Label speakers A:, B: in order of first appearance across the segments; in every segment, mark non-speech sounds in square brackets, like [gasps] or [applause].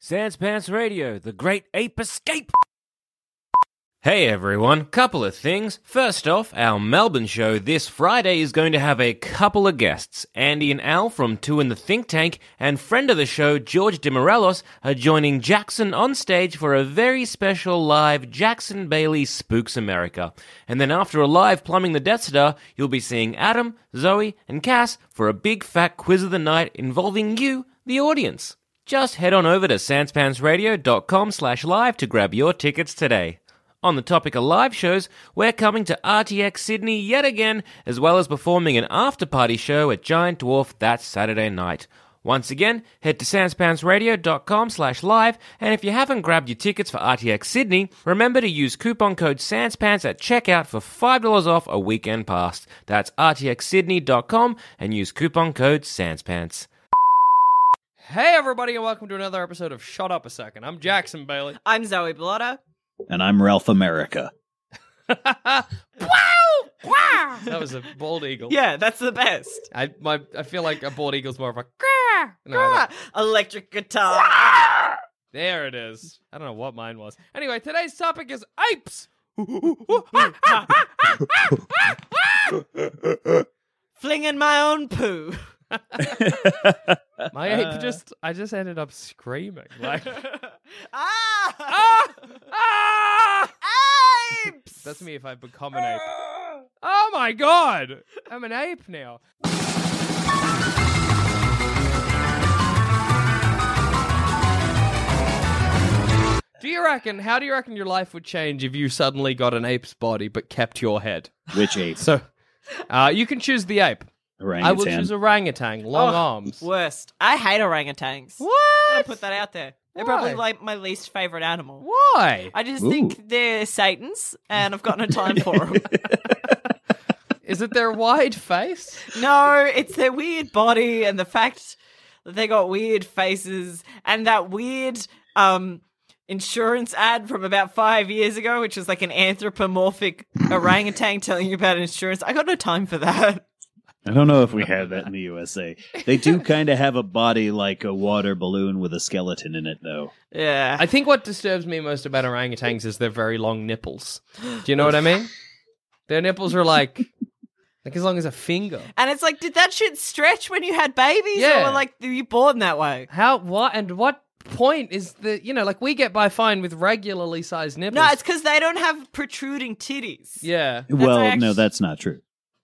A: Sans Pants Radio, the great ape escape. Hey everyone, couple of things. First off, our Melbourne show this Friday is going to have a couple of guests. Andy and Al from Two in the Think Tank and friend of the show George DeMorelos are joining Jackson on stage for a very special live Jackson Bailey Spooks America. And then after a live Plumbing the Death Star, you'll be seeing Adam, Zoe, and Cass for a big fat quiz of the night involving you, the audience. Just head on over to sanspansradio.com slash live to grab your tickets today. On the topic of live shows, we're coming to RTX Sydney yet again, as well as performing an after party show at Giant Dwarf that Saturday night. Once again, head to sanspansradio.com slash live, and if you haven't grabbed your tickets for RTX Sydney, remember to use coupon code SANSPANTS at checkout for $5 off a weekend pass. That's rtxsydney.com and use coupon code SANSPANTS.
B: Hey, everybody, and welcome to another episode of Shut Up a Second. I'm Jackson Bailey.
C: I'm Zoe Bellotta.
D: and I'm Ralph America.
B: wow!
C: Wow!
B: That was a bald eagle.
C: Yeah, that's the best.
B: I my I feel like a bald eagle's more of a. No, I
C: [laughs] Ah,
B: don't-
C: electric guitar.
B: there it is. I don't know what mine was. Anyway, today's topic is apes.
C: Flinging my own [laughs] poo.
B: My ape just I just ended up screaming like.
C: ah!
B: ah! [laughs] Ah!
C: Apes!
B: That's me if I become an ape.
C: Ah!
B: Oh my god! I'm an ape now. Do you reckon, how do you reckon your life would change if you suddenly got an ape's body but kept your head?
D: Which ape?
B: [laughs] So, uh, you can choose the ape.
D: Orangutan.
B: I will choose orangutan, long
C: Oh,
B: arms.
C: Worst. I hate orangutans. I'll
B: What?
C: put that out there. They're
B: Why?
C: probably like my least favorite animal.
B: Why?
C: I just
D: Ooh.
C: think they're satans, and I've got no [laughs] time for them.
B: Is it their wide face?
C: no, it's their weird body and the fact that they got weird faces and that weird um insurance ad from about five years ago, which was like an anthropomorphic orangutan telling you about insurance. I got no time for that.
D: I don't know if we have that in the USA. They [laughs] do kind of have a body like a water balloon with a skeleton in it, though.
C: Yeah.
B: I think what disturbs me most about orangutans is their very long nipples. Do you know what I mean? Their nipples are
C: [laughs]
B: like like as long as a finger.
C: and it's like, did that shit stretch when you had babies?
B: Yeah.
C: Or were like, were you born that way?
B: How what and what point is the you know like we get by fine with regularly sized nipples.
C: No, it's because they don't have protruding titties.
B: yeah.
D: well,
C: actu-
D: no, that's not true.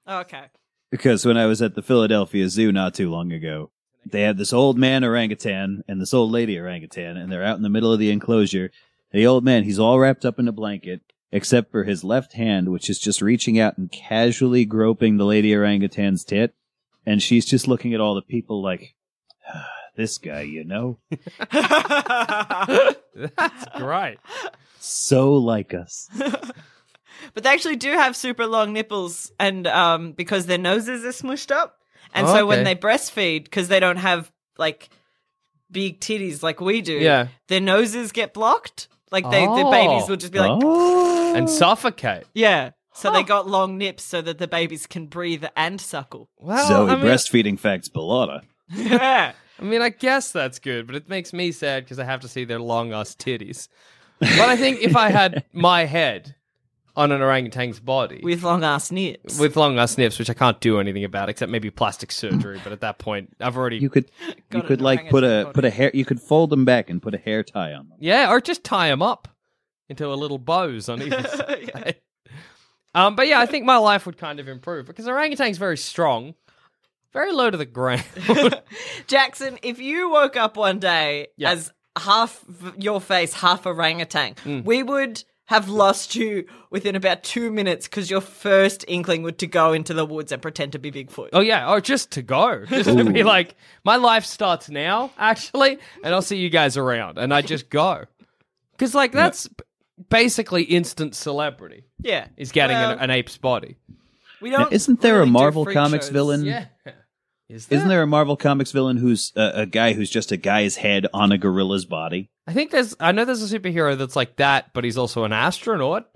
C: Okay. [laughs]
D: Because when I was at the Philadelphia Zoo not too long ago, they had this old man orangutan and this old lady orangutan, and they're out in the middle of the enclosure. The old man, he's all wrapped up in a blanket, except for his left hand, which is just reaching out and casually groping the lady orangutan's tit. And she's just looking at all the people like, [sighs] "Ah, this guy, you know,
B: That's great.
D: so like us.
C: But they actually do have super long nipples, and um, because their noses are smushed up, and
B: Oh,
C: so when
B: okay.
C: they breastfeed, because they don't have like big titties like we do,
B: Yeah.
C: their noses get blocked. Like they, the babies
B: Oh.
C: will just be like,
D: oh.
B: And suffocate.
C: yeah. So they got long nips so that the babies can breathe
B: [laughs]
C: and suckle.
B: Well,
D: Zoe,
B: I mean,
D: breastfeeding facts, Bellotta.
C: yeah.
B: I mean, I guess that's good, but it makes me sad because I have to see their long ass titties. But I think if I had my head on an orangutan's body
C: with long ass nips.
B: with long ass snips, which I can't do anything about except maybe plastic surgery, but at that point I've already
D: You could you
C: Got
D: could
C: an
D: like put a
C: orangutan
D: put a hair you could fold them back and put a hair tie on them.
B: Yeah, or just tie them up into a little bows on either side. Um, but yeah, I think my life would kind of improve because orangutan's very strong, very low to the ground.
C: Jackson, if you woke up one day
B: Yeah.
C: as half your face, half orangutan,
B: Mm.
C: we would have lost you within about two minutes because your first inkling would to go into the woods and pretend to be Bigfoot.
B: oh yeah, or just to go, [laughs] just to be like, my life starts now, actually, and I'll see you guys around, and I just go because like that's b- basically instant celebrity
C: Yeah,
B: is getting
C: Well,
B: an, an ape's body.
C: we don't.
D: Isn't there
C: really
D: a
C: do
D: Marvel
C: freak
D: Comics
C: shows.
D: villain?
B: Yeah, is there?
D: Isn't there a Marvel Comics villain who's uh, a guy who's just a guy's head on a gorilla's body?
B: I think there's. I know there's a superhero that's like that, but he's also an astronaut.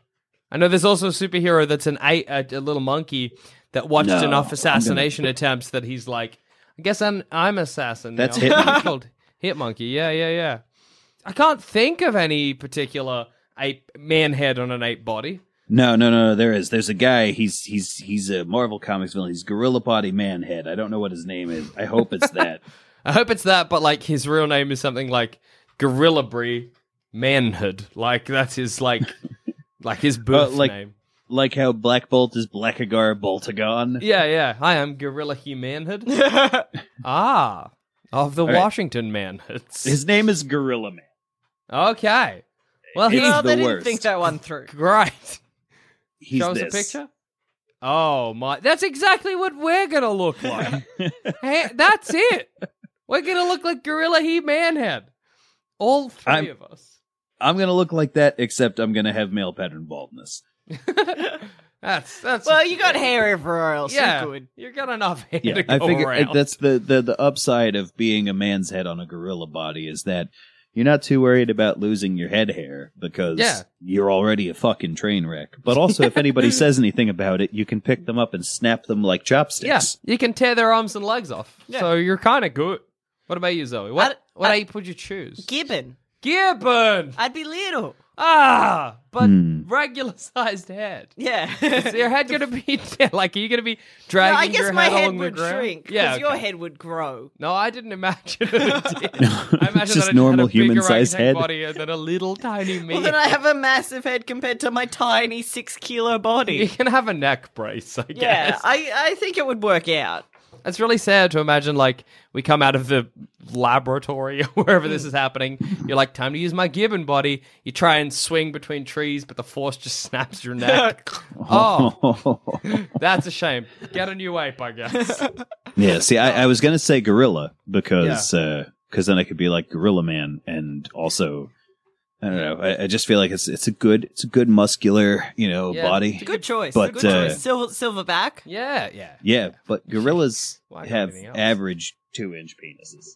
B: I know there's also a superhero that's an a, a, a little monkey that watched
D: No, I'm
B: enough
D: gonna-
B: assassination attempts that he's like, I guess I'm I'm assassin.
D: That's
B: now.
D: Hit Monkey.
B: It's [laughs] called Hit Monkey. Yeah, yeah, yeah. I can't think of any particular ape man head on an ape body.
D: No, no, no, no. There is. There's a guy. He's he's he's a Marvel Comics villain. He's Gorilla Body Man Head. I don't know what his name is. I hope
B: [laughs]
D: it's that.
B: I hope it's that, but like his real name is something like Gorillabri Manhood. Like that's his like like his birth
D: like-
B: name.
D: like how Black Bolt is Blackagar Boltagon.
B: Yeah, yeah. Hi, I'm Gorilla
C: [laughs]
B: Humanhood. ah, of the
D: right.
B: Washington Manhoods.
D: His name is Gorilla Man.
B: okay. Well, he's
C: Well,
D: the
C: they didn't
D: worst.
C: think that one through.
B: great.
D: He's
B: Show us
D: this.
B: a picture. Oh my! That's exactly what we're gonna look
D: [laughs]
B: like. hey, that's it. We're gonna look like Gorilla He Manhead. All 3
D: I'm-
B: of us.
D: I'm gonna look like that, except I'm gonna have male pattern baldness.
B: That's that's.
C: Well, you got hair everywhere else.
B: yeah.
C: You're good.
B: You got enough hair [laughs]
D: Yeah,
B: to go
D: I figure
B: around.
D: uh, that's the, the the upside of being a man's head on a gorilla body is that you're not too worried about losing your head hair because
B: Yeah.
D: you're already a fucking train wreck. But also,
B: [laughs]
D: if anybody says anything about it, you can pick them up and snap them like
B: Yeah,
D: chopsticks.
B: you can tear their arms and legs off.
C: Yeah.
B: So you're kind of good. What about you, Zoe? What
C: I-
B: what
C: I-
B: ape would you choose?
C: Gibbon.
B: Gibbon.
C: I'd be little.
B: Ah, but
D: Hmm.
C: [laughs]
B: regular sized head.
C: Yeah.
B: Is your head gonna be [laughs] like? Are you gonna be
C: No,
B: dragging
C: I guess
B: your
C: my
B: head,
C: head
B: along
C: would
B: the ground?
C: shrink because
B: Yeah.
C: your
B: okay.
C: head would grow.
B: [laughs] No, I didn't imagine that it did. I imagine
D: Just
B: that it had
D: normal
B: a big
D: human-sized
B: orangutan
D: head.
B: body and then a little tiny me.
C: [laughs] Well, then I have a massive head compared to my tiny six
B: [laughs]
C: kilo
B: you
C: body.
B: can have a neck brace, I
C: Yeah,
B: guess.
C: I, I think it would
B: [laughs]
C: work out.
B: It's really sad to imagine, like, we come out of the laboratory [laughs] or wherever
C: Hmm.
B: this is happening. You're like, time to use my gibbon body. You try and swing between trees, but the force just [laughs] snaps your
C: [laughs]
B: neck. oh, that's a shame. Get a new ape, I
C: [laughs]
B: guess.
D: [laughs] Yeah, see, I, I was gonna say gorilla because because then I could be like Gorilla Man, and also I don't know. I, I just feel like it's it's a good it's a good muscular you know
B: Yeah,
D: body.
C: Good choice.
D: But,
C: good
D: uh,
C: choice. Silver, silverback.
B: Yeah, yeah.
D: Yeah, but gorillas
B: [laughs] Why not
D: have
B: anything else?
D: average two inch penises.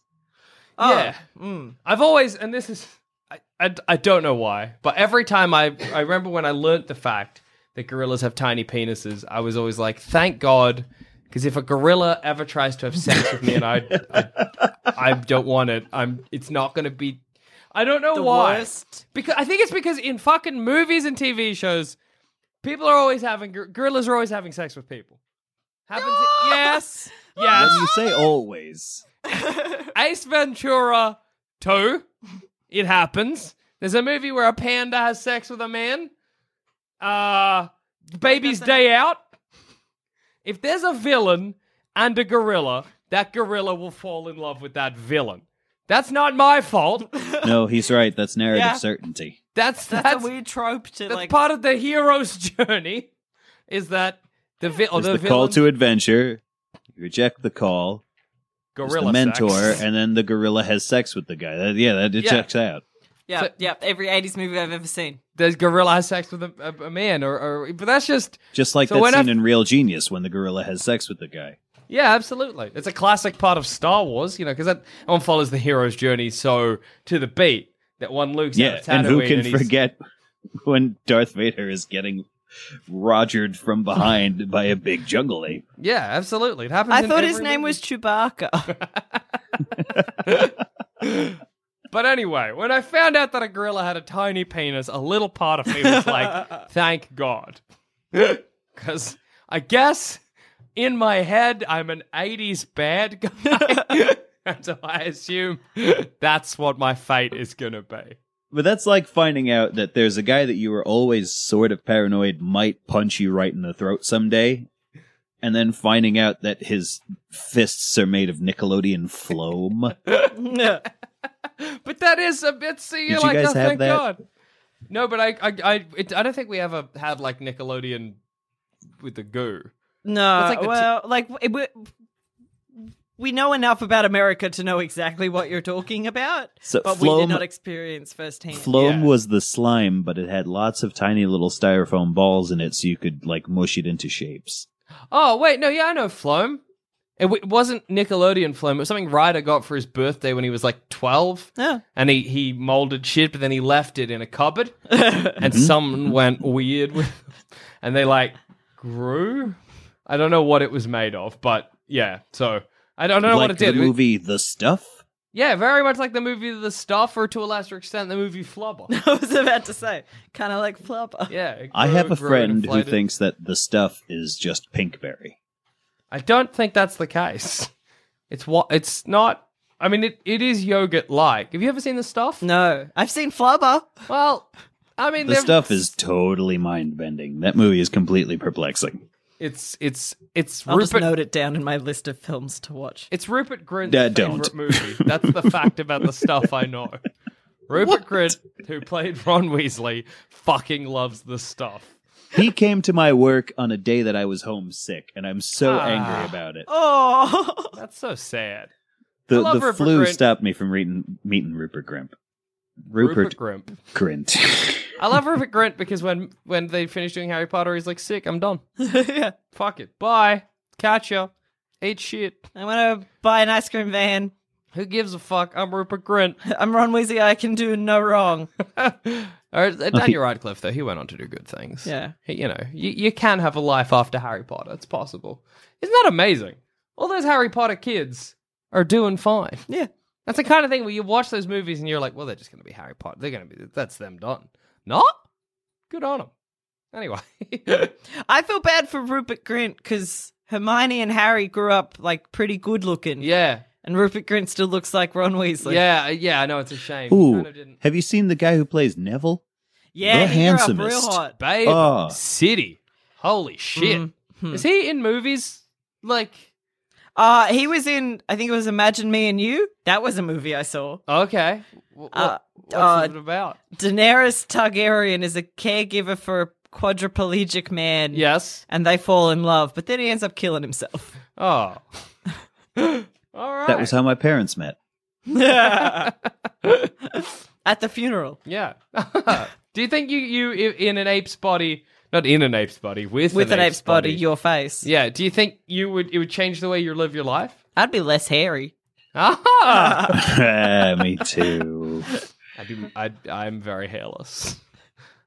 C: Oh,
B: Yeah.
C: mm.
B: I've always, and this is, I, I, I don't know why, but every time I, I remember when I learnt the fact that gorillas have tiny penises, I was always like, thank God, because if a gorilla ever tries to have sex with me and I, I, I don't want it, I'm, it's not going to be, I don't know
C: The
B: why.
C: worst.
B: Because I think it's because in fucking movies and TV shows, people are always having, gor- gorillas are always having sex with people. Happens,
C: [gasps]
B: yes, yes.
D: When you say
B: [laughs]
D: always,
B: Ace Ventura 2. It happens. There's a movie where a panda has sex with a man. Uh Baby's Day Out. If there's a villain and a gorilla, that gorilla will fall in love with that villain. That's not my
C: [laughs]
B: fault.
D: no, he's right. That's narrative
C: Yeah.
D: certainty.
B: That's that's
C: That's,
B: that's,
C: a weird trope to like.
B: part of the hero's journey. Is that the, vi- or
D: There's
B: the,
D: the,
B: villain,
D: call to adventure. You reject the call. There's
B: gorilla
D: the mentor,
B: sex.
D: and then the gorilla has sex with the guy. That- yeah, that it
B: Yeah.
D: checks out.
C: yeah,
B: so-
C: yeah. Every '80s movie I've ever seen.
B: the gorilla has sex with a, a, a man, or, or but that's just
D: Just like
B: So
D: that
B: when I-
D: scene in Real Genius when the gorilla has sex with the guy.
B: Yeah, absolutely. It's a classic part of Star Wars, you know, because that one follows the hero's journey so to the beat that one Luke's
D: Yeah,
B: out of Tatooine
D: and who can
B: he's-
D: forget [laughs] when Darth Vader is getting rogered from behind by a big jungle ape?
B: Yeah, absolutely. It happens.
C: I
B: in
C: thought
B: every
C: his name
B: movie.
C: was Chewbacca.
B: But anyway, when I found out that a gorilla had a tiny penis, a little part of me was like, thank God. Because I guess in my head, I'm an 80s bad guy. and so I assume that's what my fate is going to be.
D: But that's like finding out that there's a guy that you were always sort of paranoid might punch you right in the throat someday, and then finding out that his fists are made of Nickelodeon
B: [laughs]
D: phloem.
B: But that is a bit. See,
D: Did
B: you're
D: you
B: like,
D: guys
B: oh,
D: have
B: thank
D: that?
B: God. No, but I, I, I, it, I don't think we ever had like Nickelodeon with the goo.
C: [laughs] No,
B: That's like the t-
C: well, like it, we, we know enough about America to know exactly what you're talking about,
D: So
C: but we
D: phloem-
C: did not experience firsthand.
D: Phloem
B: Yeah.
C: [laughs]
D: was the slime, but it had lots of tiny little styrofoam balls in it, so you could like mush it into shapes.
B: Oh wait, no, yeah, I know Floam. It, w- it wasn't Nickelodeon Floam. It was Um, something Ryder got for his birthday when he was like twelve,
C: Yeah.
B: and he he molded shit, but then he left it in a cupboard, [laughs] and someone went weird with, and they like grew. I don't know what it was made of, but yeah. So I don't, I don't know
D: like
B: what it did.
D: the
B: It-
D: movie The Stuff.
B: yeah, very much like the movie The Stuff, or to a lesser extent, the movie Flubber.
C: I was about to say, kind of like Flubber.
B: Yeah, it
D: I
B: grew
D: have a
B: and grew and
D: friend who
B: inflated.
D: thinks that The Stuff is just Pinkberry.
B: I don't think that's the case. It's what it's not. I mean, it, it is yogurt like. Have you ever seen the stuff?
C: No, I've seen Flubber.
B: Well, I mean,
D: The
B: they've-
D: Stuff is totally mind bending. That movie is completely perplexing.
B: it's it's it's
C: I'll just
B: Rupert.
C: note it down in my list of films to watch.
B: It's Rupert Grint's
D: Yeah,
B: favorite
D: don't.
B: movie. That's the fact about the stuff I know. Rupert Grint, who played Ron Weasley, fucking loves the stuff.
D: He came to my work on a day that I was homesick, and I'm so
B: Ah.
D: angry about it.
C: Oh, [laughs]
B: That's so sad.
D: The,
B: love
D: the
B: Rupert
D: flu
B: Grint.
D: stopped me from reading, meeting Rupert Grimp.
B: Rupert,
D: Rupert,
B: Grint.
D: Grint.
B: I love Rupert Grint because when when they finish doing Harry Potter, he's like, "Sick, I'm done.
C: yeah.
B: Fuck it, bye. Catch ya. Eat shit.
C: I want to buy an ice cream van.
B: Who gives a fuck? I'm Rupert Grint."
C: [laughs] I'm Ron Weasley. I can do no
B: [laughs]
C: wrong.
B: or uh,
D: Oh,
B: Daniel Radcliffe, though, he went on to do good things.
C: Yeah.
B: He- you know, you, you can have a life after Harry Potter. It's possible. Isn't that amazing? All those Harry Potter kids are doing fine.
C: Yeah.
B: That's the kind of thing where you watch those movies and you're like, well, they're just going to be Harry Potter. They're going to be, that's them done. Not? Good on them. Anyway. [laughs]
C: I feel bad for Rupert Grint because Hermione and Harry grew up like pretty good looking.
B: yeah.
C: And Rupert Grint still looks like Ron Weasley.
B: Yeah. uh, Yeah. I know it's a shame. He
D: [laughs] Ooh,
B: kind of didn't.
D: have you seen the guy who plays Neville?
C: Yeah,
D: The
C: he grew up real
D: handsomest.
C: hot.
B: Babe
D: Oh.
B: City. Holy shit. Is he in movies? Like,
C: Uh, he was in, I think it was Imagine Me and You. That was a movie I saw.
B: okay. Wh- wh-
C: Uh,
B: what's
C: uh,
B: it about?
C: Daenerys Targaryen is a caregiver for a quadriplegic man.
B: Yes.
C: And they fall in love, but then he ends up killing himself.
B: Oh. All right.
D: That was how my parents met. [laughs]
C: At the funeral.
B: yeah. [laughs] Do you think you you i- in an ape's body, not in an ape's body, with
C: With an ape's body,
B: body?
C: your face.
B: yeah. Do you think you would it would change the way you live your life? [laughs]
C: I'd be less hairy.
B: Ah.
D: Ah, Me
B: [laughs]
D: too. Oh,
B: I do. I I'm very
D: [laughs]
B: hairless.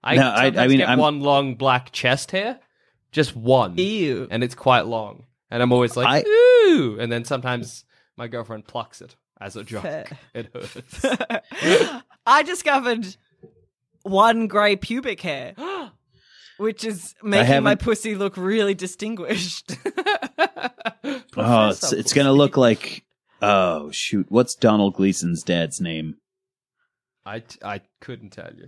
B: I
D: No, I- I
B: sometimes
D: mean,
B: get
D: I'm- E
B: one long black chest hair, just one,
C: Ew.
B: and it's quite long, and I'm always like
D: I-
B: ooh, and then sometimes my girlfriend plucks it as a
A: [laughs]
B: joke.
C: Fair.
B: It
C: [laughs]
B: hurts.
C: I discovered one grey pubic hair, which is making my
D: haven't-
C: pussy look really distinguished. [laughs]
D: Oh, it's, it's gonna look like. Oh shoot! What's Donald Gleason's dad's name?
B: I I couldn't tell you.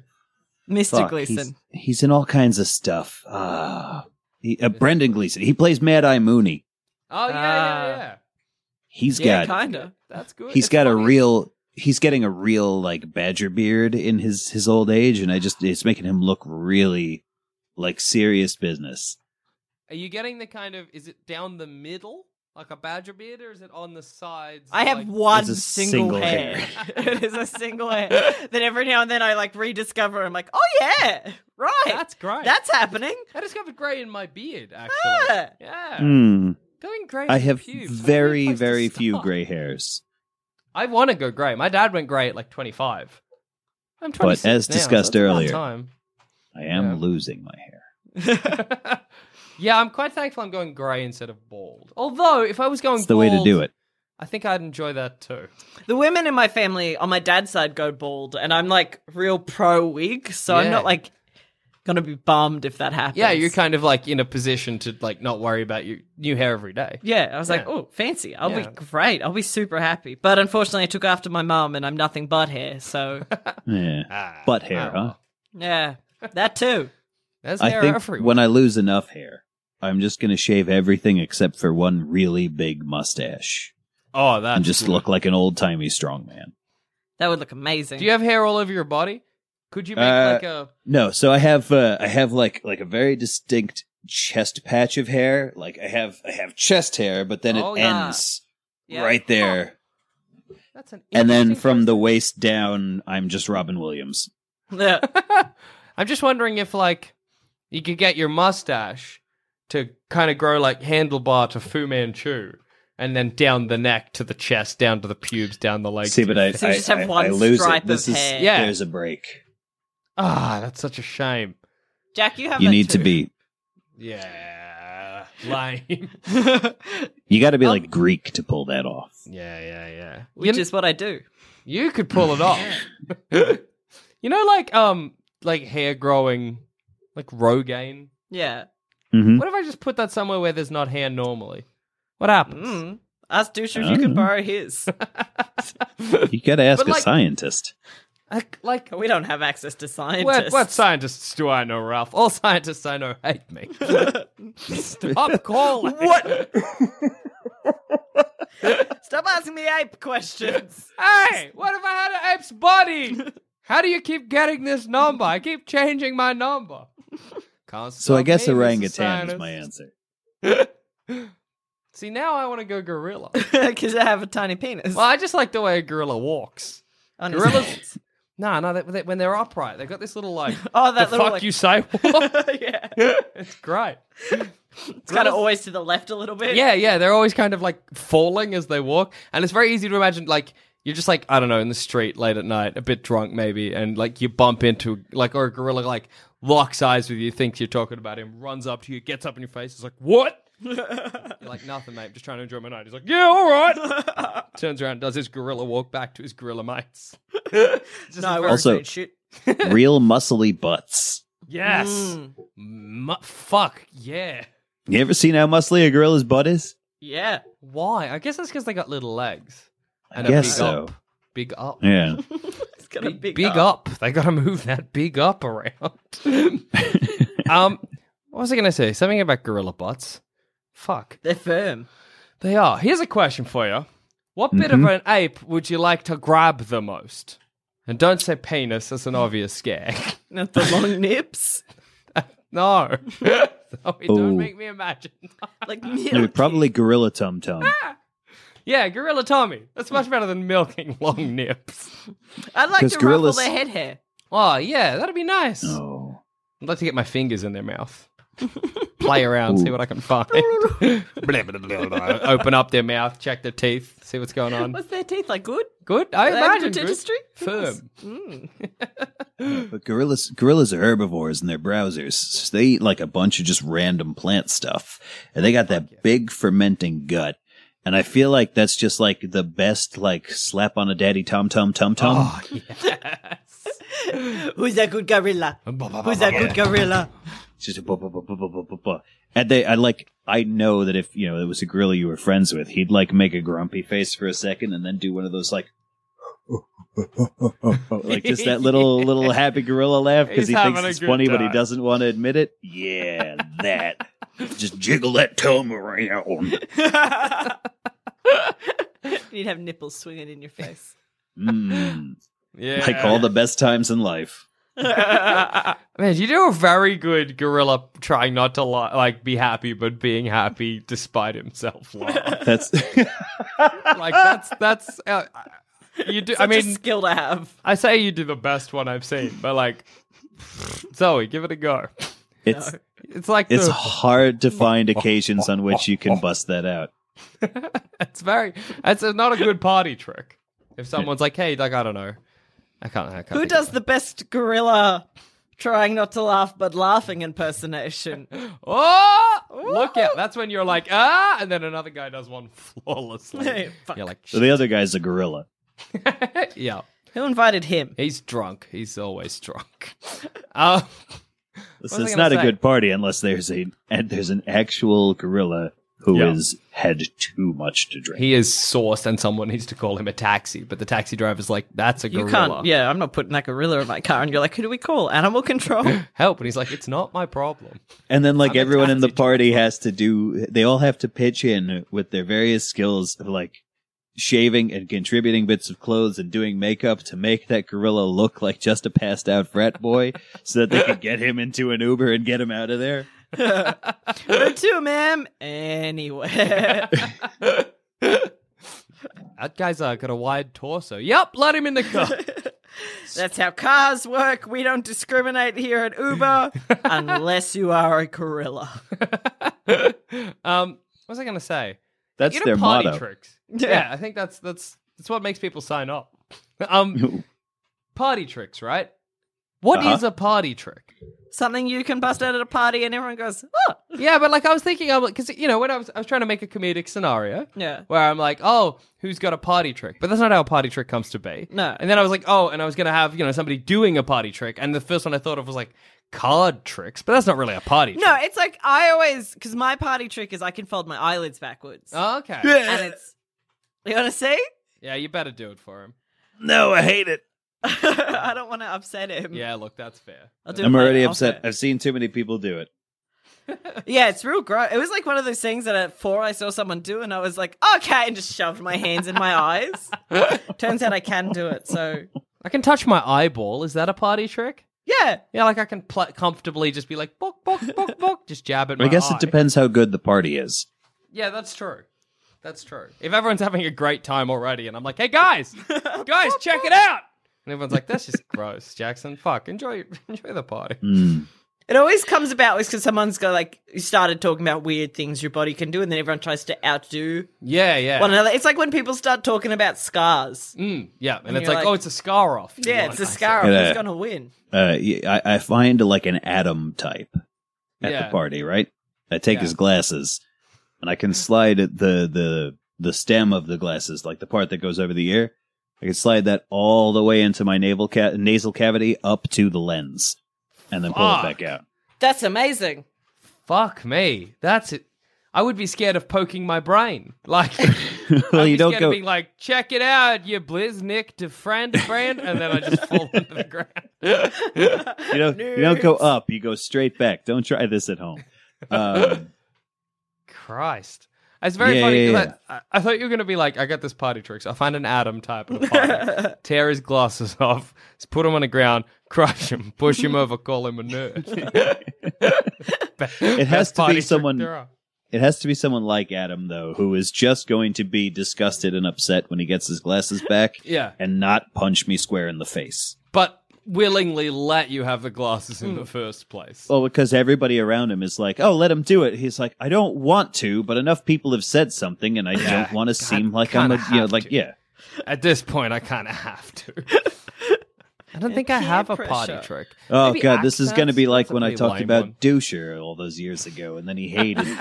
C: Mr.
D: Fuck,
C: Gleason.
D: He's, he's in all kinds of stuff. Ah, he, uh, Brendan Gleason. He plays Mad Eye Mooney.
B: Oh yeah, yeah,
C: Ah.
B: yeah.
D: He's
C: Yeah,
D: got
C: kinda.
B: That's good.
D: he's
B: It's
D: got
B: funny.
D: a real. He's getting a real like badger beard in his his old age, and I just it's making him look really like serious business.
B: Are you getting the kind of? Is it down the middle, like a badger beard, or is it on the sides?
C: I have
B: like-
C: one
D: It's a
C: single,
D: single
C: hair.
D: hair.
C: [laughs] it is a single hair. That every now and then I like rediscover. I'm like, oh yeah, right.
B: That's great.
C: That's happening.
B: I discovered grey in my beard. Actually,
C: Ah.
B: yeah.
D: Hmm.
B: Going grey.
D: I
B: in
D: have
B: pubes. What a weird
D: very
B: place to
D: very few
B: start.
D: gray hairs,
B: I want to go grey. My dad went grey at like twenty five. I'm twenty.
D: But as discussed earlier-
B: time.
D: I am
B: Yeah.
D: losing my hair.
B: yeah, I'm quite thankful I'm going grey instead of bald. Although, if I was going
D: It's the way to
B: bald,
D: do it.
A: I think I'd enjoy that too.
C: The women in my family on my dad's side go bald, and I'm like real pro wig, so I'm
A: Yeah.
C: not like gonna be bummed if that happens.
A: Yeah, you're kind of like in a position to like not worry about your new hair every day.
C: Yeah, I was like,
A: Yeah.
C: oh, fancy. I'll
A: Yeah.
C: be great. I'll be super happy. But unfortunately, I took after my mum, and I'm nothing but
A: [laughs]
C: hair. So
D: Yeah. Butt hair, huh?
C: yeah, that too.
A: There's
D: I
A: hair
D: think
A: everywhere.
D: when I lose enough hair, I'm just gonna shave everything except for one really big mustache
A: oh, that's
D: and just
A: good.
D: look like an old timey strongman.
C: That would look amazing.
A: Do you have hair all over your body? Could you make
D: Uh,
A: like a
D: No, so I have uh, I have like like a very distinct chest patch of hair. Like I have I have chest hair, but then it
A: Oh, yeah.
D: ends
C: Yeah.
D: right there.
A: that's an e,
D: And then
A: interesting
D: from the waist down, I'm just Robin Williams.
C: [laughs] Yeah.
A: I'm just wondering if like you could get your mustache to kind of grow like handlebar to Fu Manchu, and then down the neck to the chest, down to the pubes, down the legs.
D: See,
A: to
D: but
A: your
D: I,
A: face.
C: So you
D: I-
C: just have
D: I- I
C: one
D: lose
C: stripe
D: it. This
C: of
D: is,
C: hair.
A: Yeah.
D: There's a break.
A: ah, that's such a shame.
C: Jack, you have.
D: You
C: that
D: need to
C: too.
D: be
A: Yeah, lame.
D: you got to
C: Oh.
D: be like Greek to pull that off.
A: yeah, yeah, yeah.
C: which
A: you,
C: is what I do.
A: you could pull it off. [laughs] you know, like um, like hair growing, like Rogaine.
C: Yeah.
A: [laughs]
D: Mm-hmm.
A: What if I just put that somewhere where there's not hair normally? What happens?
C: Mm. Ask Dusha if you could
D: Oh.
A: [laughs]
C: borrow his.
D: You got to ask
A: But,
D: a
A: like-
D: scientist.
A: Like, like
C: we don't have access to scientists.
A: What, what scientists do I know, Ralph? All scientists I know hate me. Stop calling.
C: What? Stop asking me ape questions.
A: [laughs] Hey, what if I had an ape's body? How do you keep getting this number? I keep changing my number. Can't
D: So I
A: stop
D: guess
A: me, Mr.
D: orangutan
A: Scientist.
D: is my answer.
A: See, now I want to go gorilla.
C: Because I have a tiny penis.
A: Well, I just like the way a gorilla walks.
C: On his
A: Gorillas.
C: hands.
A: No, no, they, they, when they're upright, they've got this little like.
C: Oh, that
A: the
C: little,
A: fuck
C: [laughs] like-
A: you say? walk. [laughs]
C: yeah.
A: it's great.
C: It's kind of always to the left a little bit.
A: Yeah, yeah, they're always kind of like falling as they walk, and it's very easy to imagine like you're just like I don't know in the street late at night, a bit drunk maybe, and like you bump into like or a gorilla like locks eyes with you, thinks you're talking about him, runs up to you, gets up in your face, is like what? you're like nothing, mate. Just trying to enjoy my night. He's like, yeah, all right. [laughs] Turns around, does his gorilla walk back to his gorilla mates? It's just
C: No, I
A: very-
C: won't
D: Also-
C: say shit.
D: Real muscly butts.
A: yes, Mu- fuck yeah.
D: You ever seen how muscly a gorilla's butt is?
C: Yeah.
A: Why? I guess that's because they got little legs.
D: I
A: And a
D: guess
A: big
D: so.
A: Up. Big up.
C: [laughs]
D: Yeah.
C: It's got a big,
A: big up. They got to move that big up around. um, what was I going to say? Something about gorilla butts. Fuck,
C: They're firm.
A: they are. Here's a question for you: What bit of an ape would you like to grab the most? And don't say penis. That's an obvious scare.
C: Not the long [laughs] nips.
A: [laughs] no, [laughs] Sorry,
D: Ooh.
A: don't make me imagine.
C: Like
D: It would
C: milk.
D: probably gorilla tum tum.
A: yeah, gorilla Tommy. That's much better than milking long nips.
C: I'd like
D: 'Cause
C: to
D: gorillas-
C: ruffle their head hair.
A: Oh yeah, that'd be nice.
D: Oh.
A: I'd like to get my fingers in their mouth. Play around, see what I can
C: [laughs]
A: find. [laughs] Blah, blah, blah, blah. Open up their mouth, check their teeth, see what's going on.
C: What's their teeth like? Good.
A: Good, I
C: They have
A: imagine.
C: good
A: good.
C: dentistry?
A: Firm.
D: But gorillas, gorillas are herbivores and they're browsers. So they eat like a bunch of just random plant stuff, and they got that big fermenting gut. And I feel like that's just like the best like slap on a daddy tom tom tom tom.
C: Who's that good gorilla? Who's that good gorilla?
D: It's just a bu- bu- bu- bu- bu- bu- bu- bu. And they, I like, I know that if you know it was a gorilla you were friends with, he'd like make a grumpy face for a second and then do one of those like. [laughs] like just that
A: [laughs]
D: little little happy gorilla laugh because
A: He's
D: he
A: having
D: thinks
A: a
D: it's
A: good
D: funny but he
A: time.
D: doesn't want to admit it. Yeah,
A: [laughs]
D: that. just jiggle that tongue around.
C: You'd have nipples swinging in your face.
D: Mm,
A: Yeah.
D: Like all the best times in life.
A: Man, you do a very good gorilla trying not to li- like be happy, but being happy despite himself. [laughs] laugh.
D: That's [laughs]
A: like that's that's uh, you do. I
C: Such a
A: mean,
C: skill to have.
A: I say you do the best one I've seen, but like Zoe, give it a [laughs] go.
D: it's
A: It's like
D: it's
A: the-
D: hard to find occasions on which you can bust that out.
A: It's very. It's a, not a good party trick. If someone's like, "Hey, like I don't know, I can't." I can't
C: Who
A: think
C: does
A: of-
C: the best gorilla trying not to laugh but laughing [laughs] impersonation.
B: Oh, look out. That's when you're like, ah, and then another guy does one flawlessly.
C: Fuck.
B: you're like,
D: So the other guy's a gorilla.
B: yeah.
C: Who invited him?
B: He's drunk. He's always drunk. Um,
D: This
B: was I
D: is
B: gonna
D: not a
B: say?
D: good party unless there's a and there's an actual gorilla who
B: Yeah.
D: has had too much to drink.
B: he is sourced, and someone needs to call him a taxi. But the taxi driver's like, "That's a
C: You
B: gorilla.
C: can't. Yeah, I'm not putting that gorilla in my car. And you're like, who do we call? Animal control?
B: Help!" And he's like, "It's not my problem."
D: And then like
B: I'm a
D: everyone in the
B: taxi
D: party has to do they all have to pitch in with their various skills of like shaving and contributing bits of clothes and doing makeup to make that gorilla look like just a passed out frat [laughs] boy so that they could get him into an Uber and get him out of there.
C: Where to, ma'am? [laughs] Anywhere.
B: That guy's uh, got a wide torso. Yep, let him in the [laughs] car.
C: That's how cars work. We don't discriminate here at Uber unless you are a gorilla.
B: um, what was I going to say?
D: That's
B: you know,
D: their
B: party
D: motto.
B: tricks. Yeah. I think that's that's that's what makes people sign up. um, party tricks, right? What is
D: Uh-huh.
B: a party trick?
C: Something you can bust out at a party and everyone goes, oh.
B: Yeah, but like I was thinking, I'm because you know when I was I was trying to make a comedic scenario,
C: Yeah.
B: where I'm like, oh, who's got a party trick? But that's not how a party trick comes to be.
C: No.
B: And then I was like, oh, and I was gonna have you know somebody doing a party trick, and the first one I thought of was like card tricks, but that's not really a party.
C: No, it's like I always, because my party trick is I can fold my eyelids backwards.
A: Oh.
B: trick. Oh, okay.
C: And it's, you want to see? [laughs]
B: Yeah, you better do it for him.
D: [laughs] No, I hate it.
C: I don't want to upset him.
B: Yeah, look, that's fair.
C: I'll do it
D: I'm
C: later.
D: already
C: I'll
D: upset.
C: do it.
D: I've seen too many people do it.
C: Yeah, it's real gross. It was like one of those things that at four I saw someone do, and I was like, okay, and just shoved my hands in my eyes. Turns out I can do it. So
B: I can touch my eyeball. Is that a party trick?
C: yeah,
B: Yeah, like I can pl- comfortably just be like, book, book, book, book, just jab at my
D: I guess
B: eye.
D: it depends how good the party is.
B: Yeah, that's true. That's true. If everyone's having a great time already, and I'm like, hey guys, guys, check it out, and everyone's like, that's just gross, Jackson. Fuck, enjoy, [laughs] enjoy the party.
D: Mm.
C: it always comes about because someone's got like you started talking about weird things your body can do, and then everyone tries to outdo
B: Yeah, yeah,
C: one another. It's like when people start talking about scars.
B: mm, yeah. And,
C: And
B: it's
C: you're
B: like,
C: like-
B: oh, it's a scar off. You
C: Yeah,
B: want
C: it's a
B: it.
C: scar.
D: Yeah.
C: Who's gonna win?
D: Uh, y- I, I find like an atom type at
B: Yeah.
D: the party, right? I take
B: Yeah.
D: his glasses and I can slide it- the, the, the stem of the glasses, like the part that goes over the ear. I can slide that all the way into my navel ca- nasal cavity up to the lens and then pull
B: Fuck.
D: it
B: [laughs]
D: back out.
C: That's amazing.
B: Fuck me. That's it. I would be scared of poking my brain. [laughs] Like,
D: Well,
B: I'd
D: you
B: be
D: don't
B: scared
D: go-
B: of being like, check it out, you bliznick to [laughs] friend friend, and then I just fall into the ground.
D: You don't, you don't go up, you go straight back. Don't try this
B: [laughs]
D: at home. Um,
B: Christ. It's very
D: Yeah,
B: funny
D: yeah,
B: 'cause I,
D: yeah.
B: I, I thought you were going to be like, I got this party tricks. I'll find an Adam type at a party, tear his glasses off, just put him on the ground, crush him, push him over, call him a nerd.
D: it has
B: Best
D: to
B: party
D: be
B: trick
D: someone.
B: there are.
D: It has to be someone like Adam, though, who is just going to be disgusted and upset when he gets his glasses back
B: [laughs] Yeah.
D: and not punch me square in the face.
B: But willingly let you have the glasses in the first place.
D: Well, because everybody around him is like, oh, let him do it. He's like, I don't want to, but enough people have said something and I don't want to seem like I'm a,
B: kinda
D: you know,
B: have
D: like,
B: to.
D: yeah.
B: At this point, I kind of have to.
D: [laughs]
B: I don't think I
C: peer
B: have a party
C: pressure.
B: trick.
D: Oh,
B: Maybe
D: God, this is
B: accents?
D: going to be like
B: That's a
D: when I
B: pretty
D: talked
B: lame
D: about
B: one.
D: Doucher all those years ago and
B: [laughs]
D: then he hated me.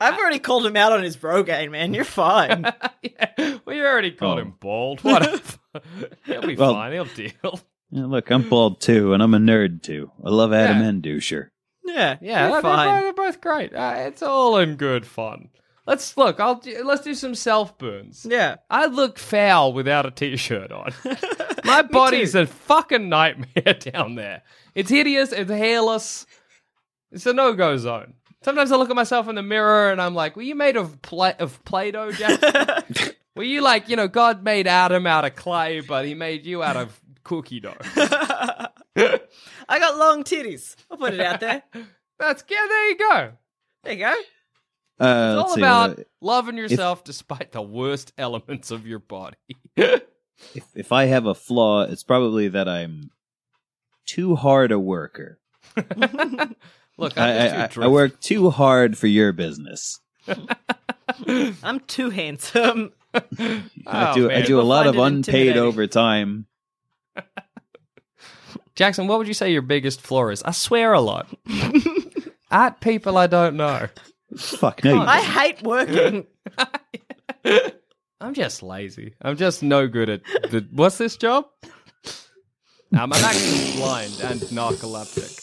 C: I've already called him out on his bro game, man.
B: [laughs]
C: You're fine.
B: yeah. Well, you already called
D: Oh.
B: him bald. Whatever. He'll be
D: Well-
B: fine. He'll deal.
D: Yeah, look, I'm bald too and I'm a nerd too. I love Adam
B: Yeah.
D: and Doucher.
C: yeah,
B: Yeah,
C: you're
B: they're,
C: fine.
B: Both, they're both great. Uh, it's all in good fun. Let's look. I'll do, let's do some self burns.
C: Yeah.
B: I look foul without a t-shirt
C: [laughs]
B: on. My body's a fucking nightmare [laughs] down there. It's hideous. It's hairless. It's a no-go zone. Sometimes I look at myself in the mirror and I'm like, "Were you made of pla- of
C: [laughs]
B: Play-Doh, Jack? Were you like, you know, God made Adam out of clay, but He made you out of cookie
C: [laughs]
B: dough?"
C: I got long titties. I'll put it out there.
B: That's yeah. There you go.
C: There you go.
D: Uh,
B: It's
D: let's
B: all
D: see,
B: about
D: uh,
B: loving yourself despite the worst [laughs] elements of your body.
D: if, if I have a flaw, it's probably that I'm too hard a worker.
B: Look, I'm
D: I,
B: just
D: I, I,
B: too
D: I work too hard for your business.
C: I'm too handsome.
B: Oh,
D: I do I
B: man.
D: do a lot of
C: find it
D: unpaid
C: intimidating.
D: overtime.
B: Jackson, what would you say your biggest flaw is? I swear a
D: [laughs]
B: lot. At people I don't know.
D: Fuck no. you
C: I hate working.
B: I'm just lazy. I'm just no good at the, what's this job? Um, I'm actually blind and narcoleptic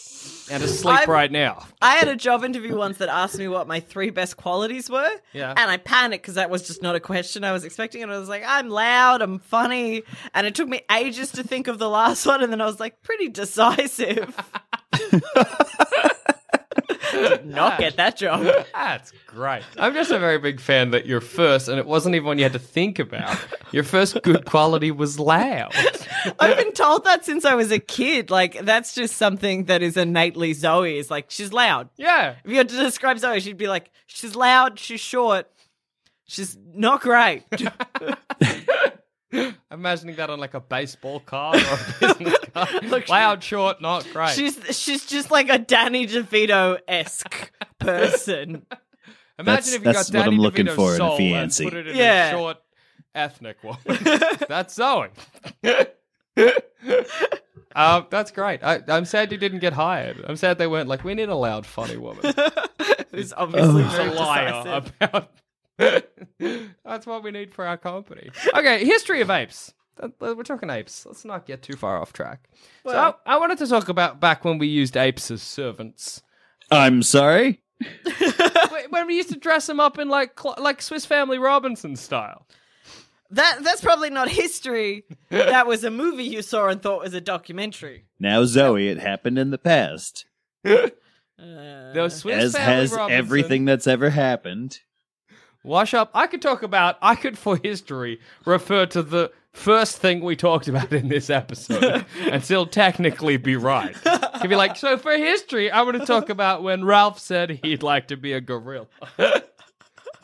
B: and asleep
C: I'm-
B: right now.
C: I had a job interview once that asked me what my three best qualities were.
B: Yeah.
C: And I panicked because that was just not a question I was expecting. And I was like, I'm loud, I'm funny. And it took me ages to think of the last one. And then I was like, pretty decisive. Did not get that job.
B: That's great. I'm just a very big fan that your first, and it wasn't even one you had to think about. Your first good quality was
D: [laughs]
B: loud.
C: I've been told that since I was a kid. Like, that's just something that is innately Zoe. Is like, she's loud.
B: Yeah.
C: If you had to describe Zoe, she'd be like, she's loud, she's short, she's not great.
B: Imagining that on like a baseball card or a
D: [laughs]
B: business card. Loud, short, not great.
C: She's she's just like a Danny DeVito esque
B: [laughs]
C: person.
B: Imagine
D: That's-
B: if you
D: that's
B: got
D: what
B: Danny
D: I'm looking
B: DeVito's
D: for in a
B: soul and
D: fiancé.
B: put it in
C: Yeah.
B: a short ethnic
D: [laughs]
B: one. that's Zoe. um, that's great. I, I'm sad you didn't get hired. I'm sad they weren't like, we need a loud, funny woman.
C: Who's
B: Oh
C: obviously
B: a
C: very
B: liar
C: decisive.
B: about. [laughs] That's what we need for our company. Okay, history of apes. Uh, We're talking apes. Let's not get too far off track. so I wanted to talk about back when we used apes as [laughs] servants.
D: I'm sorry.
B: Wh- when we used to dress them up in like cl- like Swiss Family Robinson style.
C: That that's probably not history. that was a movie you saw and thought was a documentary.
D: Now, Zoe, it happened in the past,
B: There was Swiss
D: as
B: Family
D: has
B: Robinson,
D: everything that's ever happened.
B: Wash up. I could talk about. I could for history refer to the first thing we talked about in this [laughs] episode and still technically be right. Could be like, so for history, I want to [laughs] talk about when Ralph said he'd like to be a gorilla.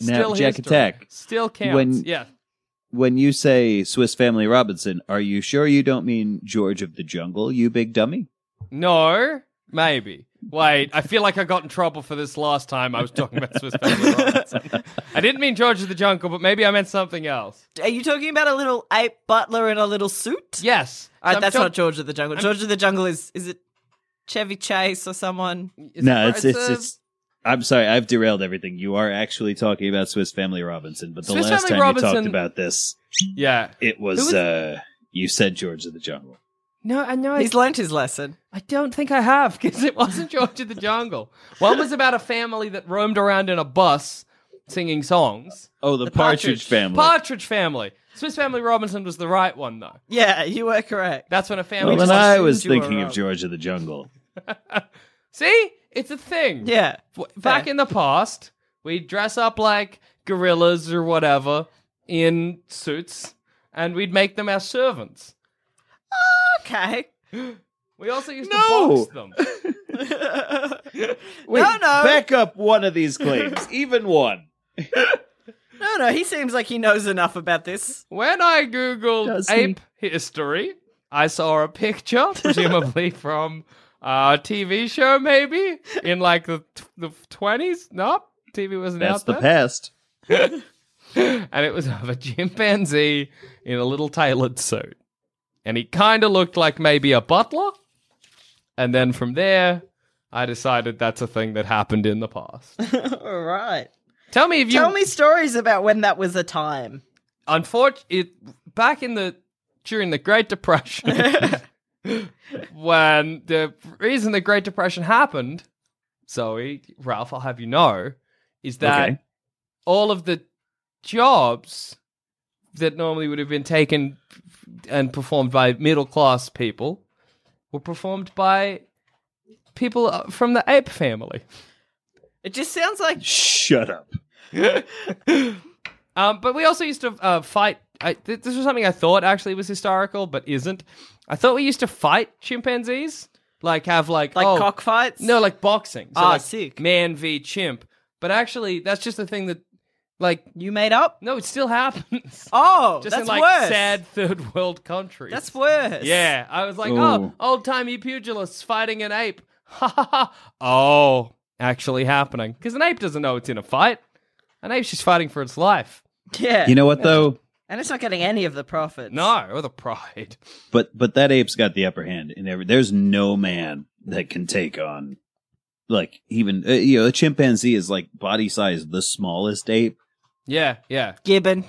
D: Now, Jack
B: history.
D: Attack,
B: Still counts.
D: [laughs] When-
B: yeah.
D: when you say Swiss Family Robinson, are you sure you don't mean George of the Jungle, you big dummy?
B: No. Maybe. Wait, I feel like I got in trouble for this last time I was talking about Swiss
D: [laughs]
B: Family Robinson. I didn't mean George of the Jungle, but maybe I meant something else.
C: Are you talking about a little ape butler in a little suit?
B: Yes.
C: All right,
B: I'm
C: that's
B: talk-
C: not George of the Jungle. George of the Jungle is is it Chevy Chase or someone?
B: Is
D: no,
B: it-
D: it's it's,
B: a-
D: it's. I'm sorry, I've derailed everything. You are actually talking about Swiss Family Robinson, but the
B: Swiss
D: last
B: Family
D: time you
B: Robinson-
D: talked about this,
B: Yeah.
D: it was,
B: was-
D: uh you said George of the Jungle.
B: No, I know.
C: He's learnt his lesson.
B: I don't think I have because it wasn't George of the Jungle. One was about a family that roamed around in a bus singing songs.
D: Oh, the,
C: Partridge
D: Partridge,
C: Partridge.
D: Family.
B: Partridge Family. Swiss Family Robinson was the right one though.
C: Yeah, you were correct.
B: That's when a family.
D: well,
B: just
D: then I was
C: assumed you were
D: thinking of
C: wrong.
D: George of the Jungle.
B: See, it's a thing.
C: Yeah.
B: W- Back in the past, we dress up like gorillas or whatever in suits, and we'd make them our servants.
C: Okay.
B: We also used
D: No!
B: to box
D: [laughs]
B: them.
D: Wait,
C: no.
D: back up one of these claims, even one.
C: No, no, he seems like he knows enough
B: [laughs]
C: about this.
B: When I googled
D: Does he?
B: ape history, I saw a picture, [laughs] presumably from uh, a TV show, maybe in like the the twenties. No, TV wasn't
D: That's
B: out
D: the
B: then.
D: past.
B: and it was of a chimpanzee in a little tailored suit, and he kind of looked like maybe a butler. And then from there, I decided that's a thing that happened in the past.
C: All right.
B: Tell me if you
C: Tell me stories about when that was a time.
B: unfortunately, back in the during the Great Depression, when the reason the Great Depression happened, Zoe, Ralph, I'll have you know, is that
D: Okay.
B: all of the jobs that normally would have been taken and performed by middle class people were performed by people uh, from the ape family.
C: It just sounds like
D: Shut up.
B: Um, but we also used to uh, fight. I, th- this was something I thought actually was historical, but isn't. I thought we used to fight chimpanzees, like have like
C: like
B: oh,
C: cockfights.
B: No, like boxing. So
C: Ah,
B: like
C: sick.
B: Man v chimp. But actually, that's just a thing that, like,
C: you made up.
B: no, it still happens.
C: Oh,
B: [laughs] just
C: that's
B: in like
C: worse.
B: sad third world countries.
C: That's worse.
B: Yeah, I was like,
D: Ooh.
B: oh, old timey pugilists fighting an ape. Ha ha ha. Oh, actually happening because an ape doesn't know it's in a fight. An ape's just fighting for its life.
C: yeah.
D: You know what though?
C: And it's not getting any of the profits.
B: No, or the pride.
D: But but that ape's got the upper hand in every. There's no man that can take on, like even uh, you know, a chimpanzee is like body size the smallest ape.
B: Yeah, yeah.
C: Gibbon.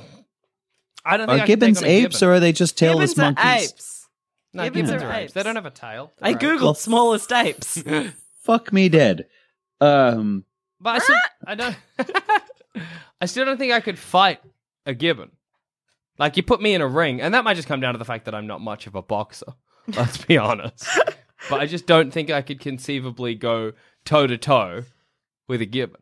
B: I don't think
D: Are
B: I could take
D: gibbons
B: on a gibbon.
D: apes or are they just tailless
C: Gibbons are
D: monkeys?
C: apes.
B: no,
C: gibbons are apes.
B: They don't have a tail.
C: I
B: They're
C: googled
D: Well-
C: smallest [laughs] apes.
D: Fuck me dead. Um,
B: apes. but I, still, I don't. [laughs] I still don't think I could fight a gibbon. Like you put me in a ring, and that might just come down to the fact that I'm not much of a boxer. [laughs] Let's be honest. but I just don't think I could conceivably go toe to toe with a gibbon.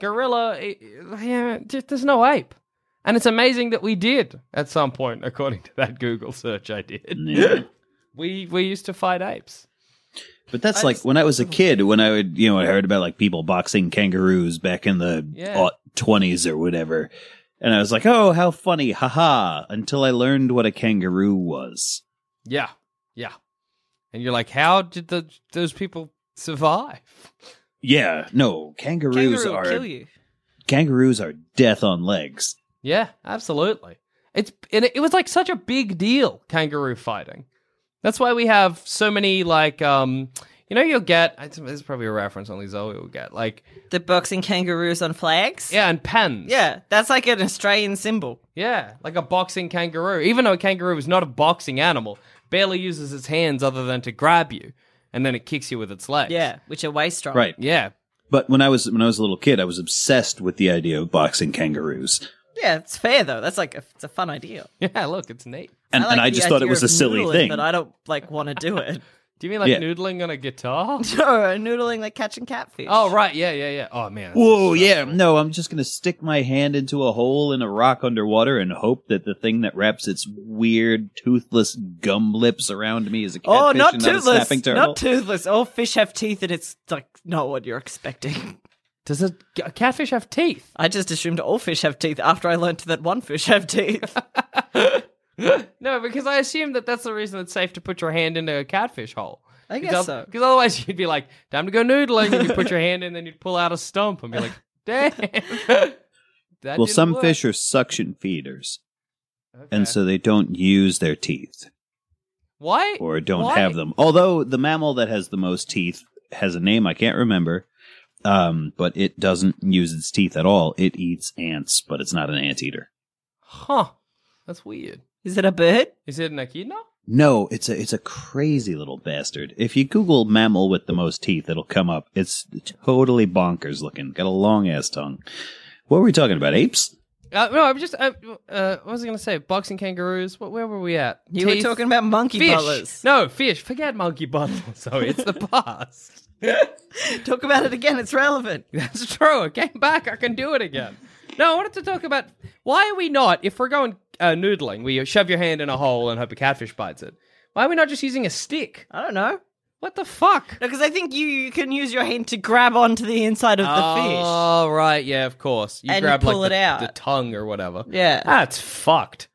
B: gorilla. eh, eh, Yeah, just, there's no ape, and it's amazing that we did at some point, according to that Google search I did.
D: [laughs] yeah.
B: We we used to fight apes.
D: But that's like when I was a kid, when I would, you know, I heard about like people boxing kangaroos back in the
B: Yeah.
D: aught 20s or whatever. And I was like, oh, how funny, haha, until I learned what a kangaroo was.
B: Yeah, yeah. And you're like, how did the, those people survive?
D: Yeah, no, kangaroos
C: Kangaroo will
D: are
C: kill you.
D: kangaroos are death on legs.
B: Yeah, absolutely. It's [laughs] and it, it was like such a big deal, kangaroo fighting. That's why we have so many like um, you know, you'll get. This is probably a reference only Zoe will get. Like,
C: The boxing kangaroos on flags?
B: yeah, and pens.
C: Yeah, that's like an Australian symbol.
B: Yeah, like a boxing kangaroo. Even though a kangaroo is not a boxing animal, barely uses its hands other than to grab you, and then it kicks you with its legs.
C: Yeah, which are way strong.
D: Right.
C: [laughs]
B: yeah,
D: But when I was when I was a little kid, I was obsessed with the idea of boxing kangaroos.
C: Yeah, it's fair though. That's like a, it's a fun idea.
B: yeah. Look, it's neat.
D: And and
C: like
D: I
C: the
D: just thought it
C: idea
D: was a
C: of
D: silly
C: noodling,
D: thing.
C: but I don't like want to do it. [laughs]
B: Do you mean like
D: Yeah.
B: noodling on a guitar? [laughs]
C: no, noodling like catching catfish.
B: oh right, yeah, yeah, yeah. Oh man. that's
D: Whoa,
B: disgusting.
D: yeah, no, I'm just gonna stick my hand into a hole in a rock underwater and hope that the thing that wraps its weird toothless gum lips around me is a catfish
C: Oh, not
D: and not a
C: toothless.
D: snapping turtle.
C: Not toothless. All fish have teeth, and it's like not what you're expecting. [laughs]
B: Does a, a catfish have teeth?
C: I just assumed all fish have teeth after I learnt that one fish have
B: [laughs]
C: teeth.
B: No, because I assume that that's the reason it's safe to put your hand into a catfish hole.
C: I guess so.
B: Because otherwise you'd be like, time to go noodling, and you put your hand in, then you'd pull out a stump and be like, [laughs] damn. That
D: well,
B: didn't
D: some
B: work.
D: fish are suction feeders, and
B: Okay.
D: so they don't use their teeth
B: why
D: or don't
B: why-
D: have them. Although the mammal that has the most teeth has a name I can't remember, um, but it doesn't use its teeth at all. It eats ants, but it's not an anteater.
B: Huh. That's weird.
C: Is it a bird?
B: Is it an echidna?
D: No, it's a it's a crazy little bastard. If you Google mammal with the most teeth, it'll come up. It's totally bonkers looking. Got a long ass tongue. What were we talking about? Apes?
B: Uh, no, I'm just. Uh, uh, what was I going to say? Boxing kangaroos. What, where were we at?
C: You
B: Teeth?
C: were talking about monkey
B: fish.
C: butlers.
B: No, fish. Forget monkey butlers. [laughs] Sorry, it's the past.
C: [laughs] Talk about it again. It's relevant.
B: That's true. It came back. I can do it again. No, I wanted to talk about why are we not, if we're going uh, noodling, where you shove your hand in a hole and hope a catfish bites it, why are we not just using a stick?
C: I don't know.
B: What the fuck?
C: Because I think you, you can use your hand to grab onto the inside of the fish.
B: Oh, right. Yeah, of course. You
C: And you
B: grab
C: pull
B: like,
C: it
B: the,
C: out.
B: the tongue or whatever.
C: Yeah.
B: That's fucked.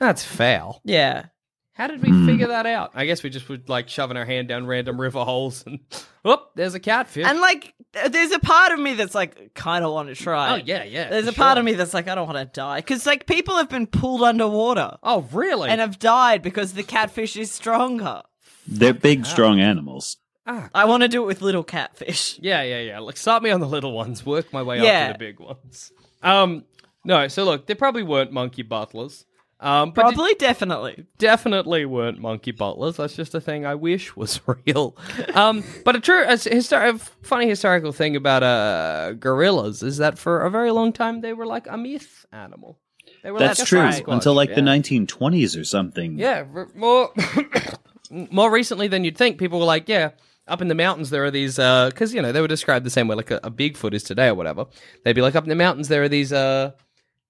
B: That's foul.
C: Yeah.
B: How did we figure that out? I guess we just were like shoving our hand down random river holes and, [laughs] whoop, there's a catfish.
C: And like, th- there's a part of me that's like, kind of want to try.
B: oh,
C: it.
B: yeah, yeah.
C: There's
B: for
C: a part
B: sure.
C: of me that's like, I don't want to die. Because like, people have been pulled underwater
B: Oh, really?
C: and have died because the catfish is stronger.
D: They're big, strong animals.
C: I want to do it with little catfish.
B: Yeah, yeah, yeah. Like start me on the little ones, work my way up
C: Yeah.
B: to the big ones. Um, no, so look, they probably weren't monkey butlers. Um, but
C: Probably, definitely.
B: they definitely weren't monkey butlers. That's just a thing I wish was [laughs] real. Um, but a true, a, s- histor- a funny historical thing about uh gorillas is that for a very long time they were like a myth animal. They were
D: That's
B: like a
D: true.
B: Sasquatch,
D: Until like
B: yeah.
D: the 1920s or something.
B: Yeah, r- more [coughs] more recently than you'd think. People were like, yeah, up in the mountains there are these because you know they were described the same way like a, a Bigfoot is today or whatever. They'd be like, up in the mountains there are these uh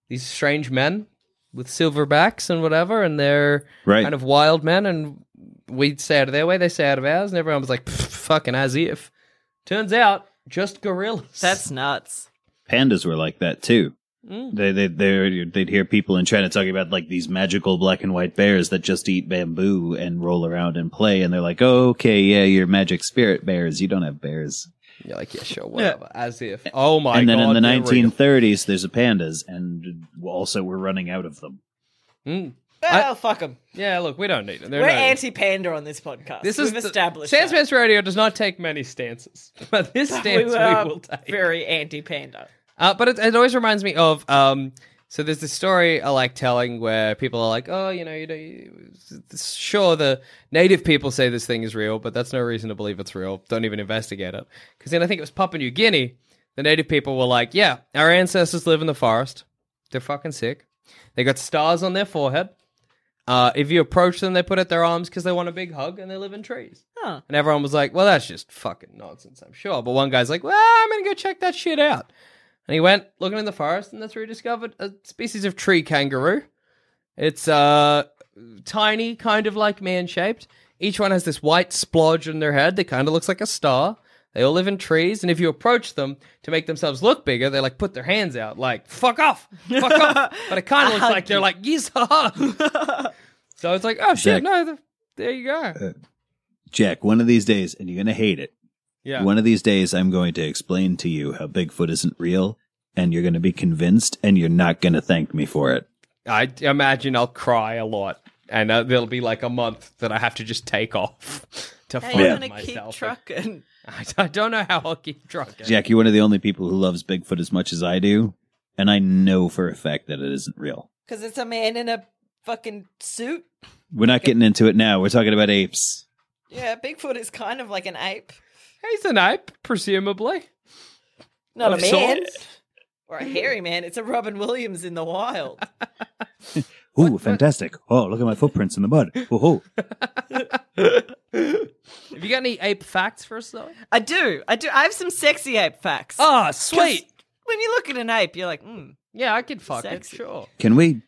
B: these strange men with silver backs and whatever, and they're
D: Right.
B: kind of wild men, and we'd stay out of their way, they stay out of ours, and everyone was like, "Pff, fucking as if. Turns out, just gorillas.
D: [laughs]
C: That's nuts.
D: Pandas were like that too.
B: Mm.
D: They they they they'd hear people in China talking about like these magical black and white bears that just eat bamboo and roll around and play, and they're like, oh, "Okay, yeah, you're magic spirit bears. You don't have bears."
B: you're like, yeah, sure, whatever, as if. Oh my
D: and then
B: god,
D: in the
B: they're real.
D: 1930s, there's a pandas, and also we're running out of them.
C: Well, fuck them.
B: yeah, look, we don't need it. They're
C: We're
B: no-
C: anti-panda on this podcast.
B: This
C: We've
B: is the-
C: established
B: Sans
C: that.
B: Pants Radio does not take many stances, [laughs] but this stance we,
C: were
B: will take.
C: Very anti-panda.
B: Uh, but it, it always reminds me of um. So there's this story I like telling where people are like, oh, you know, you know, you- sure the native people say this thing is real, but that's no reason to believe it's real. Don't even investigate it. Because then I think it was Papua New Guinea. The native people were like, yeah, our ancestors live in the forest. They're fucking sick. They got stars on their forehead. Uh, if you approach them, they put out their arms because they want a big hug, and they live in trees.
C: Huh.
B: And everyone was like, "Well, that's just fucking nonsense, I'm sure." But one guy's like, "Well, I'm gonna go check that shit out." And he went looking in the forest, and that's where he discovered a species of tree kangaroo. It's uh tiny, kind of like man shaped. Each one has this white splodge on their head that kind of looks like a star. They all live in trees, and if you approach them to make themselves look bigger, they like put their hands out, like "fuck off, fuck off." But it kind of looks like they're like "yes, ha ha." So it's like, oh shit,
D: Zach.
B: no, th- there you go.
D: Jack, one of these days, and you're gonna hate it.
B: Yeah,
D: One of these days, I'm going to explain to you how Bigfoot isn't real, and you're gonna be convinced, and you're not gonna thank me for it.
B: I d- imagine I'll cry a lot, and uh, there'll be like a month that I have to just take off [laughs] to
C: Hey,
B: find
C: you're gonna keep
B: myself.
C: trucking. [laughs]
B: I, [laughs] I don't know how I'll keep drunk.
D: Jack, you're one of the only people who loves Bigfoot as much as I do, and I know for a fact that it isn't real.
C: Because it's a man in a fucking suit.
D: We're not getting into it now. We're talking about apes.
C: Yeah, Bigfoot is kind of like an ape.
B: He's an ape, presumably.
C: Not a
B: Of
C: man. Or a hairy man. It's a Robin Williams in the wild.
D: Ooh, fantastic. Oh, look at my footprints in the mud. Oh,
B: Have you got any ape facts for us, though?
C: [laughs] I do. I do. I have some sexy ape facts.
B: Ah,
C: 'Cause When you look at an ape, you're like, hmm.
B: Yeah, I could fuck
C: Sexy.
B: it, sure.
D: Can we?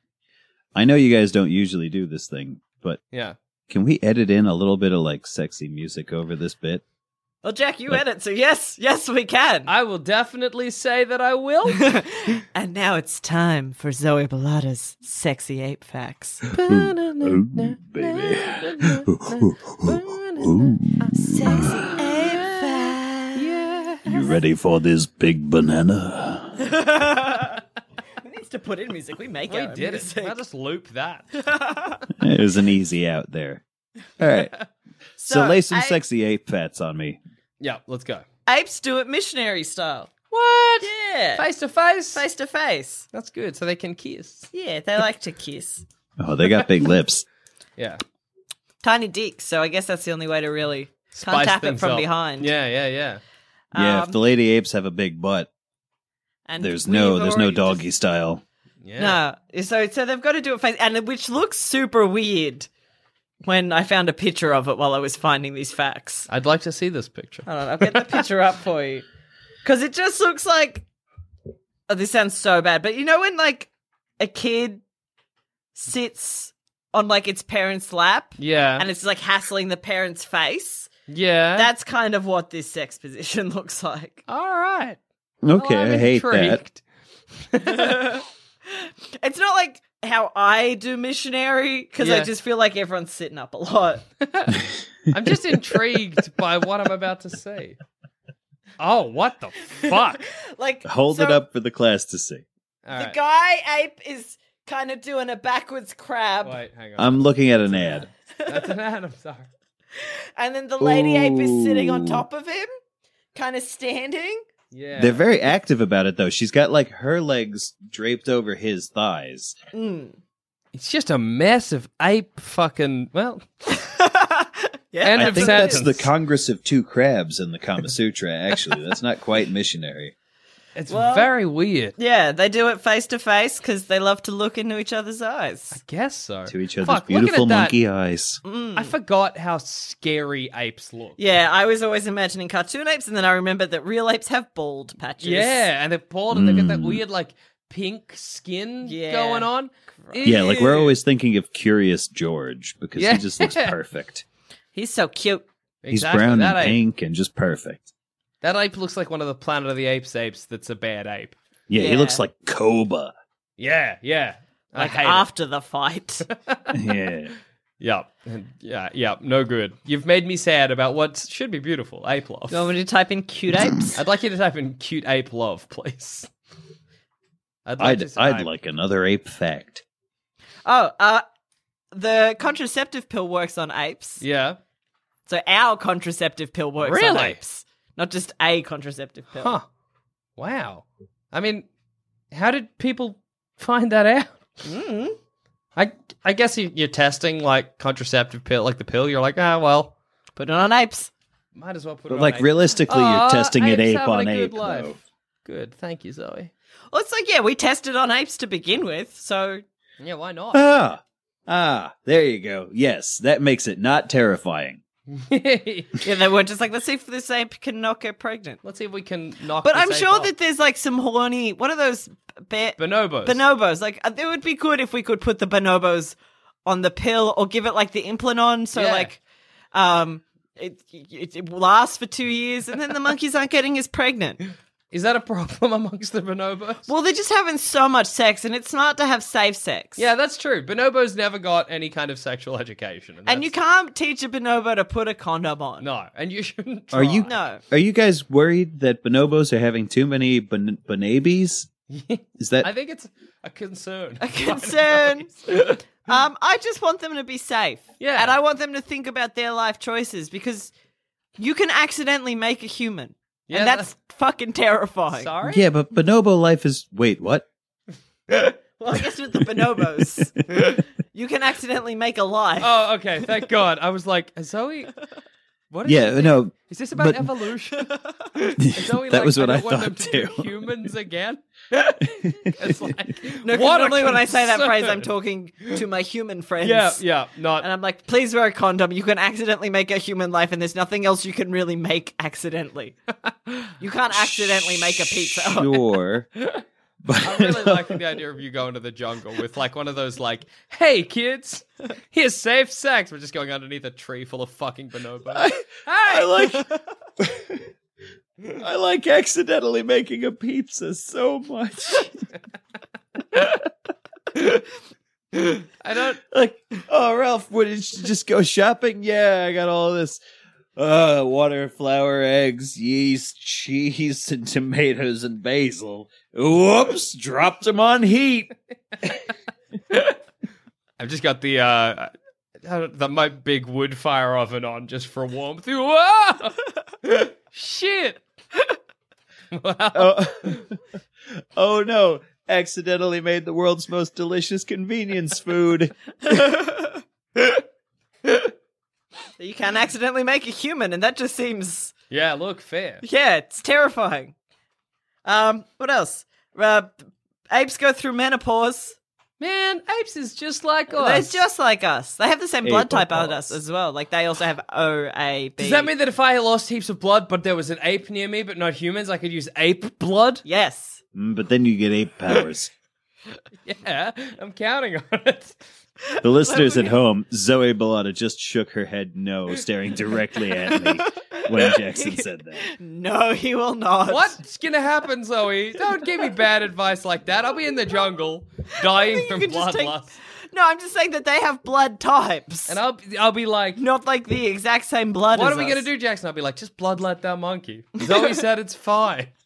D: I know you guys don't usually do this thing, but
B: Yeah.
D: can we edit in a little bit of like sexy music over this bit?
C: Well, Jack, you edit, so yes, yes, we can.
B: I will definitely say that I
C: [laughs]
B: will.
C: and now it's time for Zoe Bellata's sexy ape
B: [laughs]
C: facts.
D: Oh,
C: [laughs]
D: Baby.
C: sexy ape facts.
D: [laughs] You ready for this big banana?
C: Who needs to put in music? We make
B: we
C: our
B: did it.
C: music.
B: I'll just loop
C: [laughs]
B: that.
D: There's an easy out there.
C: [laughs]
D: All right. So,
C: So,
D: lay some
C: I-
D: sexy ape fats on me.
B: yeah, let's go.
C: Apes do it missionary style.
B: What?
C: Yeah.
B: Face to face.
C: Face to face.
B: That's good. So they can kiss.
C: Yeah, they like to kiss.
D: Oh, they got big
C: [laughs]
D: lips.
B: Yeah.
C: Tiny dicks, so I guess that's the only way to really
B: Spice
C: contact it
B: things
C: from
B: up.
C: behind.
B: Yeah, yeah, yeah.
D: Yeah,
C: Um,
D: if the lady apes have a big butt,
C: And
D: there's
C: we've
D: no there's no
C: already
D: doggy
C: just-
D: style.
B: Yeah.
C: No, so so they've got to do it face, and which looks super weird. When I found a picture of it while I was finding these facts,
B: I'd like to
C: Oh.
B: see this picture.
C: [laughs] hold on, I'll get the picture up for you because it just looks like oh, this sounds so bad, but you know when like a kid sits on like its parents' lap
B: Yeah.
C: and it's like hassling the parents' face?
B: yeah.
C: That's kind of what this sex position [laughs] looks like.
B: all right.
C: Oh,
D: Okay, I hate that.
C: It's not like how I do missionary because I
B: Yeah.
C: just feel like everyone's sitting up a lot. [laughs]
B: I'm
D: [laughs]
B: just intrigued by what I'm about to say. Oh, what the fuck?
C: Like
D: Hold
C: so
D: it up for the class to see.
B: All
C: The
B: right.
C: guy ape is kind of doing a backwards crab,
B: Wait, hang on.
D: I'm looking at an ad.
B: That's an ad. I'm sorry.
C: and then the lady ape is sitting on
D: Ooh.
C: top of him, kind of standing.
B: Yeah.
D: They're very active about it though. She's got like her legs draped over his thighs.
C: Mm.
B: It's just a mess of ape fucking. [laughs] Well,
C: yeah.
B: End
D: I
B: of
D: think
B: sentence.
D: that's the Congress of Two Crabs in the Kama Sutra. Actually, that's not quite missionary.
B: it's
C: Well-
B: very weird.
C: yeah, they do it face to face because they love to look into each other's eyes.
B: Guess so.
D: To each other's
B: Fuck, looking at
D: beautiful
B: that-
D: monkey eyes.
B: I forgot how scary apes look.
C: Yeah, I was always imagining cartoon apes, and then I remembered that real apes have bald patches.
B: Yeah, and they're bald and they've got that
D: Hmm.
B: weird like pink skin
C: Yeah.
B: going on.
D: Yeah, like we're
B: Ew.
D: always thinking of Curious George because
B: Yeah.
D: he
B: [laughs]
D: just looks perfect.
C: he's so cute.
B: Exactly,
D: He's brown
B: that
D: and
B: ape,
D: pink and just perfect.
B: That ape looks like one of the Planet of the Apes apes. That's a bad ape.
D: Yeah, he
C: Yeah.
D: looks like
B: [laughs]
D: Koba.
B: Yeah, yeah.
C: Like
B: I hate it.
C: after
B: [laughs]
C: the fight.
D: yeah.
B: Yep. And- Yeah, yep. No good. You've made me sad about what should be beautiful, ape love.
C: you want me to type in
B: [clears throat]
C: cute apes?
B: I'd like you to type in cute ape love, please. I'd
D: I'd
B: to see-
D: I'd like another ape fact.
C: oh, uh, the contraceptive pill works on apes.
B: Yeah.
C: So our contraceptive pill works on
B: Really?
C: apes, not just a contraceptive pill.
B: Huh. Wow. I mean, how did people find that out? I I guess you, you're testing like contraceptive pill, like the pill. You're like, ah, well,
C: Put it on apes.
B: might as well put it.
D: But
B: on
D: like
B: ape."
D: realistically,
B: Aw,
D: you're testing it
B: apes
D: ape
B: having a
D: on
B: good
D: ape.
B: life.
D: though.
B: Good. Thank you, Zoe.
C: Well, it's like yeah, we tested on apes to begin with, so
B: Yeah. Why not?
D: Ah, ah, there you go. Yes, that makes it not terrifying.
C: [laughs]
B: Let's
C: yeah, they were just like, let's see if this ape can not get pregnant.
B: see if we can knock.
C: But
B: this
C: I'm
B: ape
C: sure
B: off.
C: that there's like some horny. What are those ba-
B: bonobos.
C: bonobos? Like uh, it would be good if we could put the bonobos on the pill or give it like the Implanon, so
B: Yeah.
C: like, um, it, it it lasts for two years, and then the monkeys aren't getting as pregnant.
B: Is that a problem [laughs] amongst the bonobos?
C: Well, they're just having so much sex, and it's smart to have safe sex.
B: yeah, that's true. Bonobos never got any kind of sexual education,
C: and you
B: that's-
C: can't teach a bonobo to put a condom on.
B: No, and you shouldn't.
D: Are you
B: try.
C: No.
D: Are you guys worried that bonobos are having too many bon-
B: [laughs]
D: bonabes? Is that
B: I think it's a
C: [laughs]
B: concern. [laughs]
C: A concern. um, I just want them to be safe.
B: Yeah.
C: And I want them to think about their life choices because you can accidentally make a human.
B: Yeah,
C: and that's fucking terrifying.
B: Sorry.
D: yeah? But bonobo life is wait what?
C: Well, I guess with the bonobos,
B: [laughs]
C: you can accidentally make a life.
B: Oh, okay.
C: [laughs]
B: Thank God. I was like, Zoe. What is [laughs]
D: Yeah, no,
B: Is this about
D: but-
C: [laughs]
B: evolution?
D: [laughs] that was what I,
B: don't want them to
D: thought
B: be
D: too.
B: Humans
D: [laughs]
B: again? it's like
C: No, 'cause
B: what a
C: normally when I say that phrase, I'm
B: concern.
C: talking to my human friends.
B: Yeah, yeah,
C: And
B: not.
C: I'm like, please wear a condom. You can accidentally make a human life, and there's nothing else you can really make accidentally.
B: [laughs]
C: You can't accidentally make a pizza.
D: Sure, but
B: I'm really [laughs] liking the idea of you going to the jungle with like one of those like, "Hey kids, here's safe sex." We're just going underneath a tree full of fucking [laughs] bonobos.
D: I
B: [laughs]
D: like I like accidentally making a pizza so much.
B: [laughs] I don't.
D: [laughs] like, oh Ralph, would you just go shopping? Yeah, I got all this uh water, flour, eggs, yeast, cheese, and tomatoes and basil. Whoops, dropped them on heat.
B: I've just got the uh, I don't- the my big wood fire oven on just for warmth. Whoa! Shit! Wow.
D: Oh, [laughs] oh no. Accidentally made the world's most delicious convenience food.
C: You can accidentally make a human, and that just seems,
B: Yeah, look, fair.
C: yeah, it's terrifying. Um, what else? Uh, apes go through menopause.
B: Man, apes is just like
C: They're
B: us.
C: just like us. They have the same blood type as us
D: Apophytes.
C: as well. Like they also have O A B.
B: Does that mean that if I lost heaps of blood, but there was an ape near me, but not humans, I could use ape blood?
C: Yes.
D: Mm, but then you get ape powers.
B: Yeah, I'm counting on it.
D: The listeners at home, Zoe Bellata just shook her head no, staring directly at me when Jackson said that.
C: No, [laughs] he will not.
B: What's gonna happen, Zoe? [laughs] Don't give me bad advice like that. I'll be in the jungle, dying
C: You
B: from
C: could just take-
B: bloodlust,
C: No, I'm just saying that they have blood types.
B: and I'll be- I'll be like,
C: not like the exact same blood.
B: "What
C: as
B: are we
C: us.
B: gonna
C: [laughs]
B: do, Jackson?" I'll be like, "Just bloodlet that monkey." Zoe said it's fine. [laughs]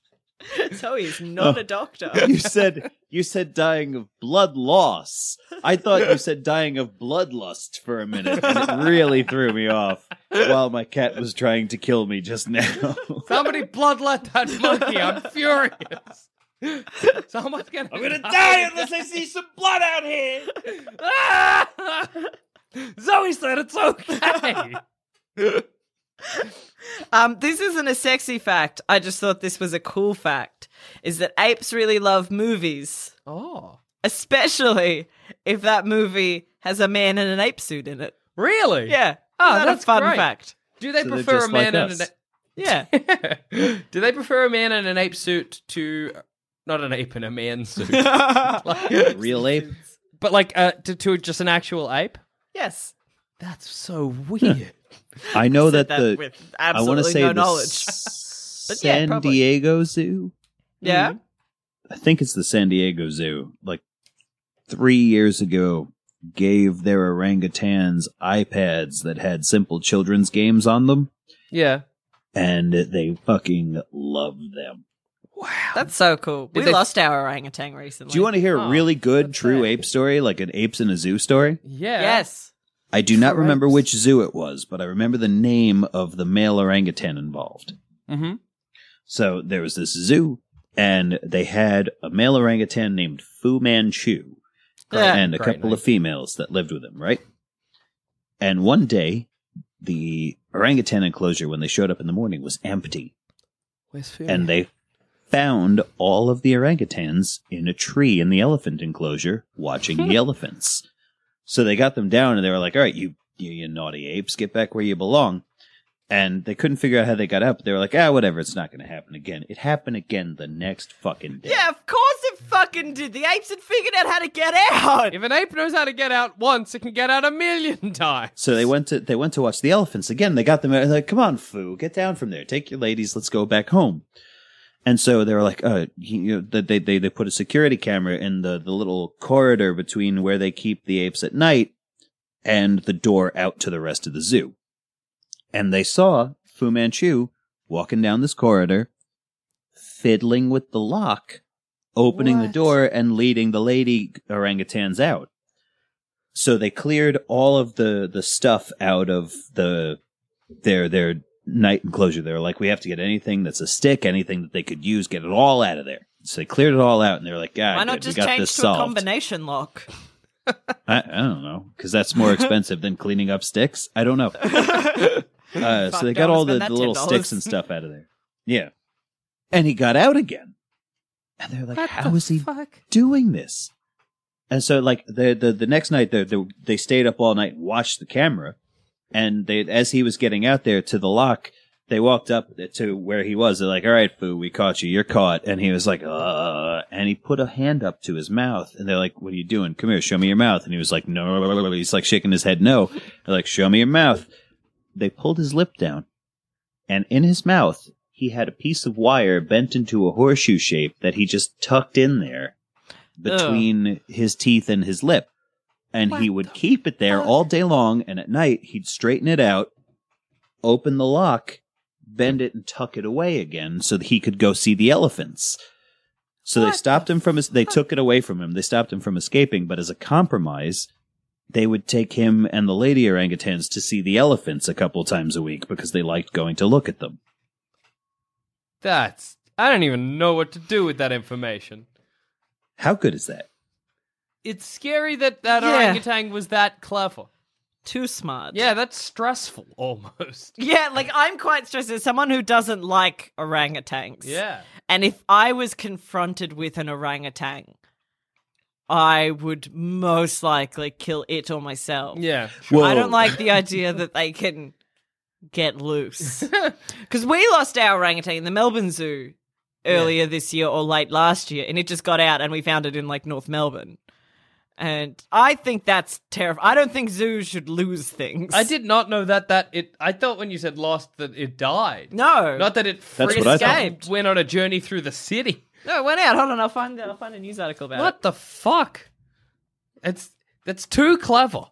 C: So he's not a doctor.
D: You said you said dying of blood loss. I thought you said dying of bloodlust for a minute. And it really threw me off while my cat was trying to kill me just now.
B: Somebody bloodlet that
C: [laughs]
B: monkey. I'm furious. [laughs] Someone's gonna. I'm [laughs] gonna die unless I see some blood out here. Zoe said it's
C: [laughs]
B: okay.
C: Um, this isn't a sexy fact. I just thought this was a cool fact. Is that apes really love movies,
B: oh,
C: especially if that movie has a man in an ape suit in it.
B: really?
C: Yeah.
B: Oh,
C: Isn't that
B: that's
C: a fun
B: great.
C: fact.
B: Do they
D: So they're
B: prefer a
D: just
B: man
D: like
B: and an?
D: us.
B: a-
C: [laughs] Yeah.
B: Do they prefer a man in an ape suit to not an ape in a man suit,
C: [laughs]
B: Like-
D: Real ape?
B: but like uh, to, to just an actual ape?
C: yes.
B: That's so weird.
D: I know
C: Said
D: that,
C: that
D: the
C: with
D: I want to
C: absolutely
D: say
C: no
D: the
C: knowledge. But yeah,
D: San
C: probably.
D: Diego Zoo.
C: Yeah.
D: Mm-hmm. I think it's the San Diego Zoo, like three years ago, gave their orangutans iPads that had simple children's games on them,
B: yeah.
D: and they fucking loved them.
C: That's so cool.
B: Did
C: we
B: they-
C: lost our orangutan recently.
D: Do you want to hear a
B: Oh,
D: really good
B: that's
D: true
B: sad.
D: ape story, like an apes in a zoo story?
B: Yeah.
C: Yes.
D: I do not
B: True
D: remember
B: apes.
D: which zoo it was, but I remember the name of the male orangutan involved.
B: Mm-hmm.
D: So there was this zoo, and they had a male orangutan named Fu Manchu
C: Yeah.
D: and a
B: great
D: couple
B: name.
D: of females that lived with him, right? And one day, the orangutan enclosure, when they showed up in the morning, was empty,
B: Where's
D: and they found all of the orangutans in a tree in the elephant enclosure watching the elephants. So they got them down, and they were like, "All right, you, you, you naughty apes, get back where you belong." And they couldn't figure out how they got up. They were like, "Ah, whatever, it's not going to happen again." It happened again the next fucking day.
C: Yeah, of course it fucking did. The apes had figured out how to get
D: [laughs]
C: out.
B: If an ape knows how to get out once, it can get out a million [laughs] times.
D: So they went to they went to watch the elephants again. They got them they're like, "Come on, Foo, get down from there. Take your ladies. Let's go back home." And so they were like, "Uh, you you know, that they they they put a security camera in the the little corridor between where they keep the apes at night and the door out to the rest of the zoo." And they saw Fu Manchu walking down this corridor, fiddling with the lock, opening the
B: What?
D: door and leading the lady orangutans out so they cleared all of the the stuff out of the their their night enclosure they were like we have to get anything that's a stick anything that they could use get it all out of there so they cleared it all out and they were like god
C: Why not
D: we
C: just
D: got
C: change to
D: this solved
C: a combination lock?
D: I, I don't know because that's
C: [laughs]
D: more expensive than cleaning up sticks i don't know uh,
C: Fuck,
D: so they
C: don't
D: got
C: wanna
D: all the,
C: spend that
D: the little
C: $10.
D: sticks and stuff out of there yeah and he got out again and they're like how is he doing this? And so, like the the, the next night, they, they they stayed up all night and watched the camera. And they, as he was getting out there to the lock, they walked up to where he was. They're like, "All right, Foo, we caught you. You're caught." And he was like, "Uh," and he put a hand up to his mouth. And they're like, "What are you doing? Come here, show me your mouth." And he was like, "No." He's like shaking his head, "No." They're like, "Show me your mouth." They pulled his lip down, and in his mouth he had a piece of wire bent into a horseshoe shape that he just tucked in there between his teeth and his lip. And he would keep it there all day long, and at night he'd straighten it out, open the lock, bend it, and tuck it away again so that he could go see the elephants. So they stopped him from his, they took it away from him. They stopped him from escaping, but as a compromise, they would take him and the lady orangutans to see the elephants a couple times a week because they liked going to look at them.
B: That's. I don't even know what to do with that information.
D: How good is that?
B: It's scary that that
C: Yeah.
B: orangutan was that clever.
C: Too smart.
B: Yeah, that's stressful [laughs] almost.
C: Yeah, like I'm quite stressed as someone who doesn't like orangutans.
B: Yeah.
C: And if I was confronted with an orangutan, I would most likely kill it or myself.
B: Yeah.
C: I don't like the idea that they can get
B: [laughs]
C: loose. Because we lost our orangutan in the Melbourne Zoo earlier this year or late last year, and it just got out and we found it in like North Melbourne. And I think that's terrifying. I don't think zoos should lose things.
B: I did not know that that it. I thought when you said lost that it died.
C: No.
B: Not that it
D: That's
B: frisked
D: what I thought.
B: up, Went on a journey through the city.
C: No, it went out. Hold on, I'll find that. I'll find a news article about
B: What the fuck? It's that's too clever.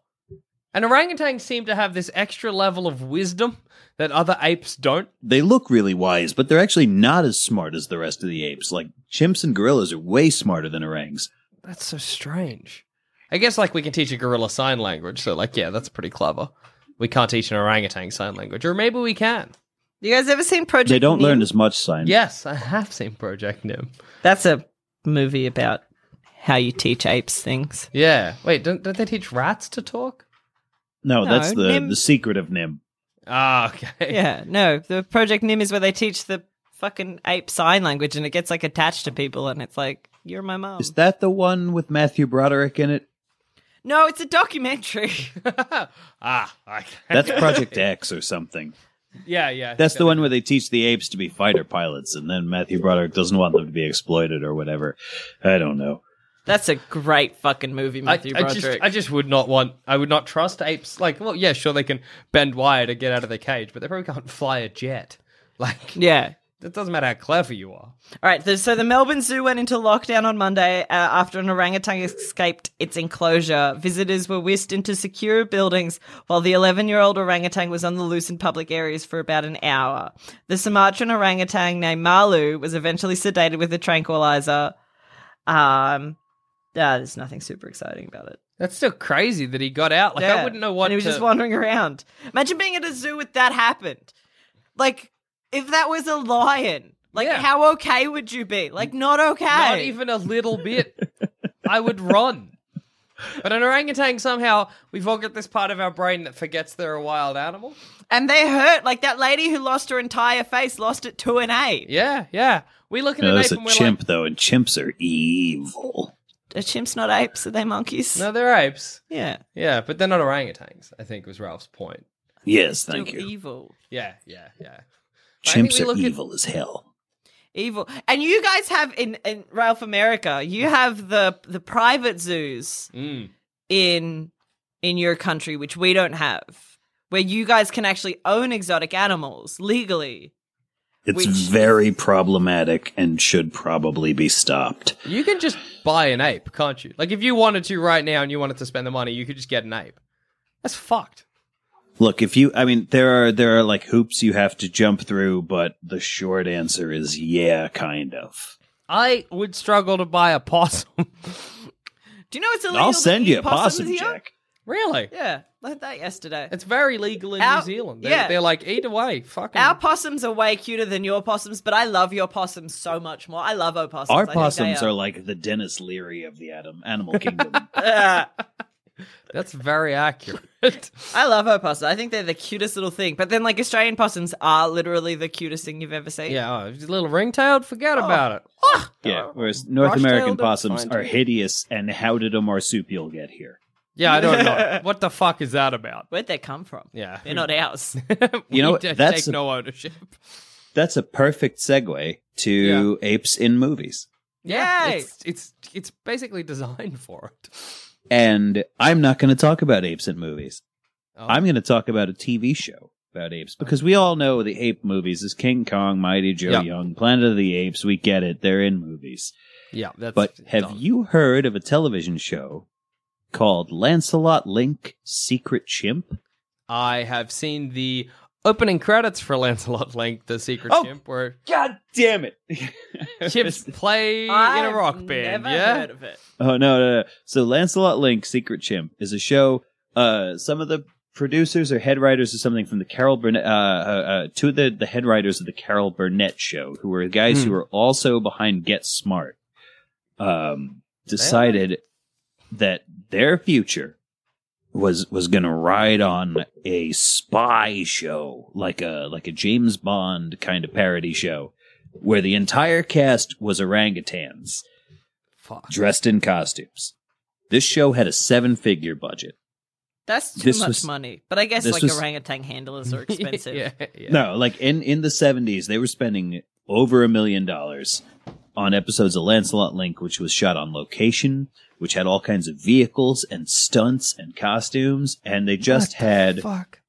B: And orangutans seem to have this extra level of wisdom that other apes don't.
D: They look really wise, but they're actually not as smart as the rest of the apes. Like chimps and gorillas are way smarter than orangs.
B: That's so strange. I guess like we can teach a gorilla sign language, so like yeah, that's pretty clever. We can't teach an orangutan sign language, or maybe we can.
C: it. You guys ever seen Project
D: They don't
C: Nim?
D: learn as much sign.
B: Yes, I have seen Project Nim.
C: That's a movie about how you teach apes things.
B: Yeah. Wait, don't, don't they teach rats to talk?
D: No,
C: No,
D: that's the,
C: Nim-
D: the secret of Nim.
B: Ah, okay.
C: Yeah, no, the Project Nim is where they teach the fucking ape sign language and it gets like attached to people and it's like, you're my mom.
D: Is that the one with Matthew Broderick in it?
C: no, it's a documentary.
B: [laughs]
C: [laughs]
B: ah, okay. [laughs]
D: That's Project X or something.
B: yeah, yeah.
D: That's the one where they teach the apes to be fighter pilots, and then Matthew Broderick doesn't want them to be exploited or whatever. I don't know.
C: That's a great fucking movie,
B: I,
C: Matthew
B: I
C: Broderick.
B: just, I just would not want. I would not trust apes. Like, well, yeah, sure, they can bend wire to get out of their cage, but they probably can't fly a jet. [laughs] Like,
C: yeah.
B: it doesn't matter how clever you are.
C: All right, th- so the Melbourne Zoo went into lockdown on Monday uh, after an orangutan escaped its enclosure. Visitors were whisked into secure buildings while the 11 year old orangutan was on the loose in public areas for about an hour. The Sumatran orangutan named Malu was eventually sedated with a tranquilizer. Um, uh, there's nothing super exciting about it.
B: That's still crazy that he got out. Like, I wouldn't know what.
C: And he was
B: to-
C: just wandering around. Imagine being at a zoo if that happened. Like, if that was a lion. Like,
B: Yeah.
C: how okay would you be? Like, not okay.
B: Not even a little
C: [laughs]
B: bit. I would run. But an orangutan somehow we've all got this part of our brain that forgets they're a wild animal.
C: And they hurt. Like that lady who lost her entire face lost it to an ape.
B: Yeah, yeah. We look at
D: No,
B: an
D: that's
B: ape
D: a
B: and we're
D: chimp,
B: like,
D: though, and chimps are evil.
C: Are chimps not apes? Are they monkeys?
B: no, they're apes.
C: Yeah.
B: Yeah, but they're not orangutans. I think was Ralph's point.
D: Yes, thank
C: Still
D: you.
C: Evil.
B: Yeah, yeah, yeah. I think
D: Chimps
B: we
D: are
B: look at-
D: evil as hell.
C: Evil. And you guys have in, in Ralph America, you have the the private zoos
B: Mm.
C: in in your country, which we don't have. Where you guys can actually own exotic animals legally.
D: It's
C: Which-
D: very problematic and should probably be stopped.
B: You can just buy an ape, can't you? Like if you wanted to right now and you wanted to spend the money, you could just get an ape. That's fucked.
D: Look, if you, I mean, there are there are like hoops you have to jump through, but the short answer is yeah, kind of.
B: I would struggle to buy a possum. [laughs]
C: Do you know it's illegal?
D: I'll
C: to
D: send
C: eat
D: you a
C: possums
D: possum,
C: here?
D: Jack.
B: really?
C: Yeah, I had that yesterday.
B: It's very legal in
C: Our-
B: New Zealand. They,
C: yeah.
B: They're like, eat away. Fuck 'em.
C: Our possums are way cuter than your possums, but I love your possums so much more. I love opossums.
D: Our
C: I think they
D: possums are like the Dennis Leary of the Adam
B: [laughs]
D: Animal Kingdom. [laughs]
C: Ah,
B: That's very [laughs] accurate.
C: [laughs] I love opossums. I think they're the cutest little thing. But then, like Australian possums are literally the cutest thing you've ever seen.
B: yeah, oh, if it's a little ring-tailed, forget about it.
D: Yeah, whereas North
B: Rush-tailed
D: American
B: Oh. and
D: possums
B: fine-tailed.
D: are hideous, and how did a marsupial get here?
B: Yeah, I don't [laughs] know. what the fuck is that about? [laughs]
C: Where'd they come from?
B: Yeah.
C: they're not
D: [laughs]
C: ours.
B: We
D: know what?
B: don't
D: That's
B: take
D: a-
B: no ownership.
D: That's a perfect segue to apes in movies.
C: Yay!
B: It's, it's it's basically designed for it.
D: And I'm not going to talk about apes in movies.
B: Oh.
D: I'm going to talk about a TV show about apes because we all know the ape movies is King Kong, Mighty Joe
B: Yeah.
D: Young, Planet of the Apes. We get it. They're in movies.
B: Yeah, that's
D: But have
B: dumb.
D: you heard of a television show called Lancelot Link Secret Chimp?
B: I have seen the opening credits for Lancelot Link, The Secret
D: Oh.
B: Chimp, where
D: God damn it.
B: chimps [laughs] play in a
C: I've
B: rock band.
C: Never
B: yeah,
C: heard of it.
D: Oh no, no, no. So Lancelot Link, Secret Chimp, is a show. Uh, some of the producers or head writers or something from the Carol Burnett, uh, uh, uh, two of the, the head writers of the Carol Burnett show, who were guys who were also behind Get Smart, um, decided that their future was was going to ride on a spy show, like a like a James Bond kind of parody show, where the entire cast was orangutans
B: fuck.
D: dressed in costumes. This show had a seven figure budget.
C: That's too
D: This
C: much
D: was-
C: money. But I guess
D: this
C: like
D: was-
C: orangutan handlers
B: [laughs]
D: [laughs]
C: are expensive.
B: yeah, yeah.
D: No, like in in the seventies, they were spending over a million dollars on episodes of Lancelot Link, which was shot on location, which had all kinds of vehicles and stunts and costumes, and they just had
B: Fuck.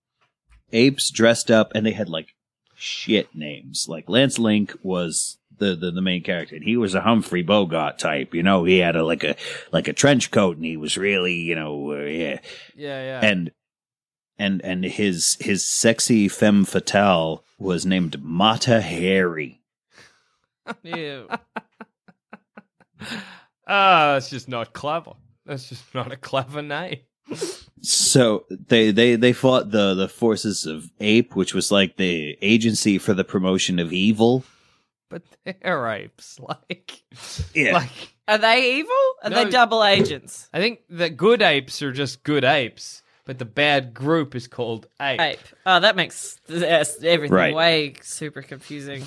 D: apes dressed up, and they had like shit names. Like Lance Link was. The, the, the main character and he was a Humphrey Bogart type you know he had a like a like a trench coat and he was really you know uh, yeah
B: Yeah, yeah.
D: and and and his his sexy femme fatale was named Mata Harry.
B: [laughs] Ew. Ah, it's just not clever. That's just not a clever name.
D: So they they they fought the the forces of Ape, which was like the agency for the promotion of evil.
B: But they're apes. [laughs] Like,
D: Yeah.
B: like
C: Are they evil? Are
B: No.
C: they double agents?
B: I think the good apes are just good apes, but the bad group is called ape.
C: Ape. Oh, that makes this- everything
D: Right.
C: way super confusing.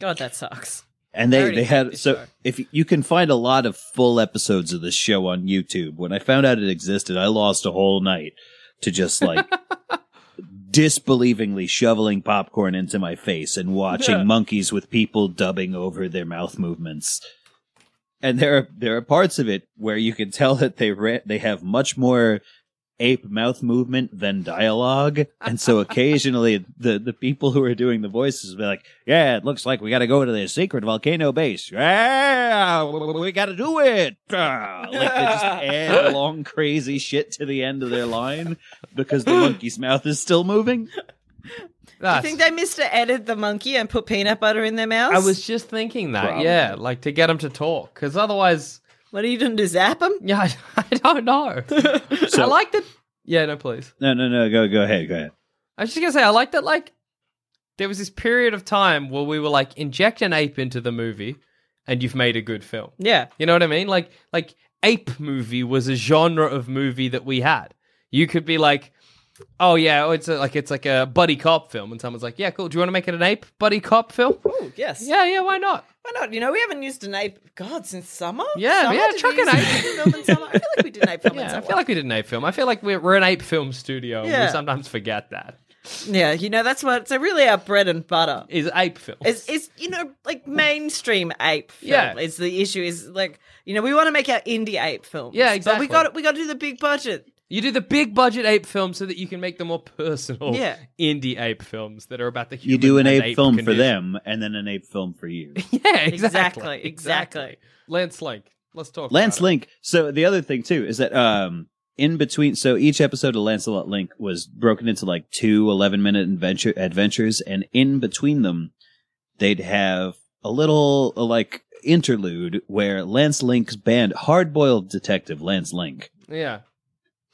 C: God, that sucks.
D: And they
C: Already
D: they
C: hate
D: had
C: this
D: so
C: guy.
D: if you- you can find a lot of full episodes of this show on YouTube. When I found out it existed, I lost a whole night to just like disbelievingly shoveling popcorn into my face and watching monkeys with people dubbing over their mouth movements. And there are there are parts of it where you can tell that they ra- they have much more ape mouth movement than dialogue. And
B: [laughs]
D: so occasionally the, the people who are doing the voices will be like, Yeah, it looks like we gotta go to the secret volcano base. Yeah we gotta do it. [laughs] Ah." Like
B: [laughs]
D: they just add long crazy shit to the end of their line because the monkey's mouth is still moving.
C: I
B: That's-
C: think they missed to edit the monkey and put peanut butter in their mouth?
B: I was just thinking that, yeah, like to get them to talk, because otherwise,
C: What are you doing to zap him?
B: yeah, [laughs] I, I don't know. I like that. Yeah, no, please.
D: No, no, no, go go ahead, go ahead.
B: I was just gonna say, I like that. Like, there was this period of time where we were like, inject an ape into the movie, and you've made a good film.
C: Yeah.
B: You know what I mean? Like, like ape movie was a genre of movie that we had. You could be like, oh yeah, oh, it's a, like it's like a buddy cop film, and someone's like, yeah, cool. Do you want to make it an ape buddy cop film?
C: Oh, yes.
B: Yeah, yeah, why not?
C: Why not? You know, we haven't used an ape, God, since summer?
B: Yeah,
C: summer?
B: yeah,
C: Did we
B: chuck an
C: use an
B: ape.
C: ape film in summer? I feel like we did an [laughs] ape film in
B: Yeah, I
C: summer.
B: feel like we did an ape film. I feel like we're, we're an ape film studio. and
C: Yeah.
B: We sometimes forget that
C: Yeah, you know, that's what, so really our bread and butter.
B: is ape film.
C: Is is you know like mainstream ape film
B: Yeah.
C: is the issue is like you know we want to make our indie ape films
B: Yeah,
C: but we
B: exactly.
C: got to we got to do the big budget
B: You do the big budget ape film so that you can make the more personal
C: Yeah.
B: indie ape films that are about the
D: You
B: human
D: do an
B: and
D: ape, film for
B: condition.
D: them and then an ape film for you.
B: [laughs] Yeah, exactly.
C: Exactly, exactly.
B: Lance Link. Let's talk.
D: Lance
B: about it.
D: Link. So the other thing too is that um in between so each episode of Lancelot Link was broken into like two 11 minute adventure adventures and in between them they'd have a little uh, like interlude where Lance Link's band hard-boiled detective Lance Link
B: Yeah.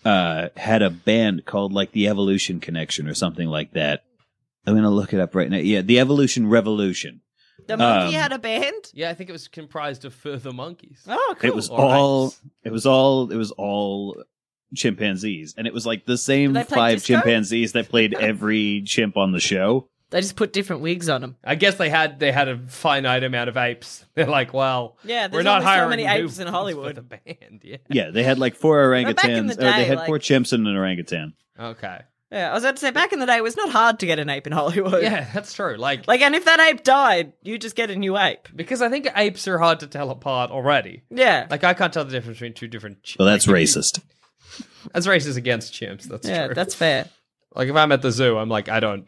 D: uh had a band called like the Evolution Connection or something like that. I'm going to look it up right now. Yeah, the Evolution Revolution.
C: the monkey
D: Um,
C: had a band
B: Yeah, I think it was comprised of further monkeys.
C: oh cool
D: It was
B: All
D: all
B: right.
D: it was all it was all chimpanzees and it was like the same
C: Did they play
D: five
C: disco?
D: chimpanzees
C: [laughs]
D: that played every chimp on the show.
C: they just put different wigs on them
B: I guess they had they had a finite amount of apes. [laughs] They're like, well,
C: Yeah,
B: we're
C: there's
B: not
C: only so
B: hiring
C: many
B: new
C: apes in
B: ones
C: Hollywood.
B: for the band. Yeah.
D: Yeah, they had like four
C: But back in
D: orangutans
C: the
D: or they
C: day,
D: had
C: like-
D: four chimps and an orangutan.
B: Okay.
C: yeah I was about to say back in the day it was not hard to get an ape in Hollywood
B: Yeah, that's true. Like,
C: [laughs] like and if that ape died you just get a new ape
B: because I think apes are hard to tell apart already.
C: yeah
B: Like, I can't tell the difference between two different. Ch- [laughs]
D: Well, that's
B: like,
D: racist.
B: That's racist against chimps. That's
C: yeah
B: true.
C: that's [laughs] fair
B: Like if I'm at the zoo, I'm like, I don't.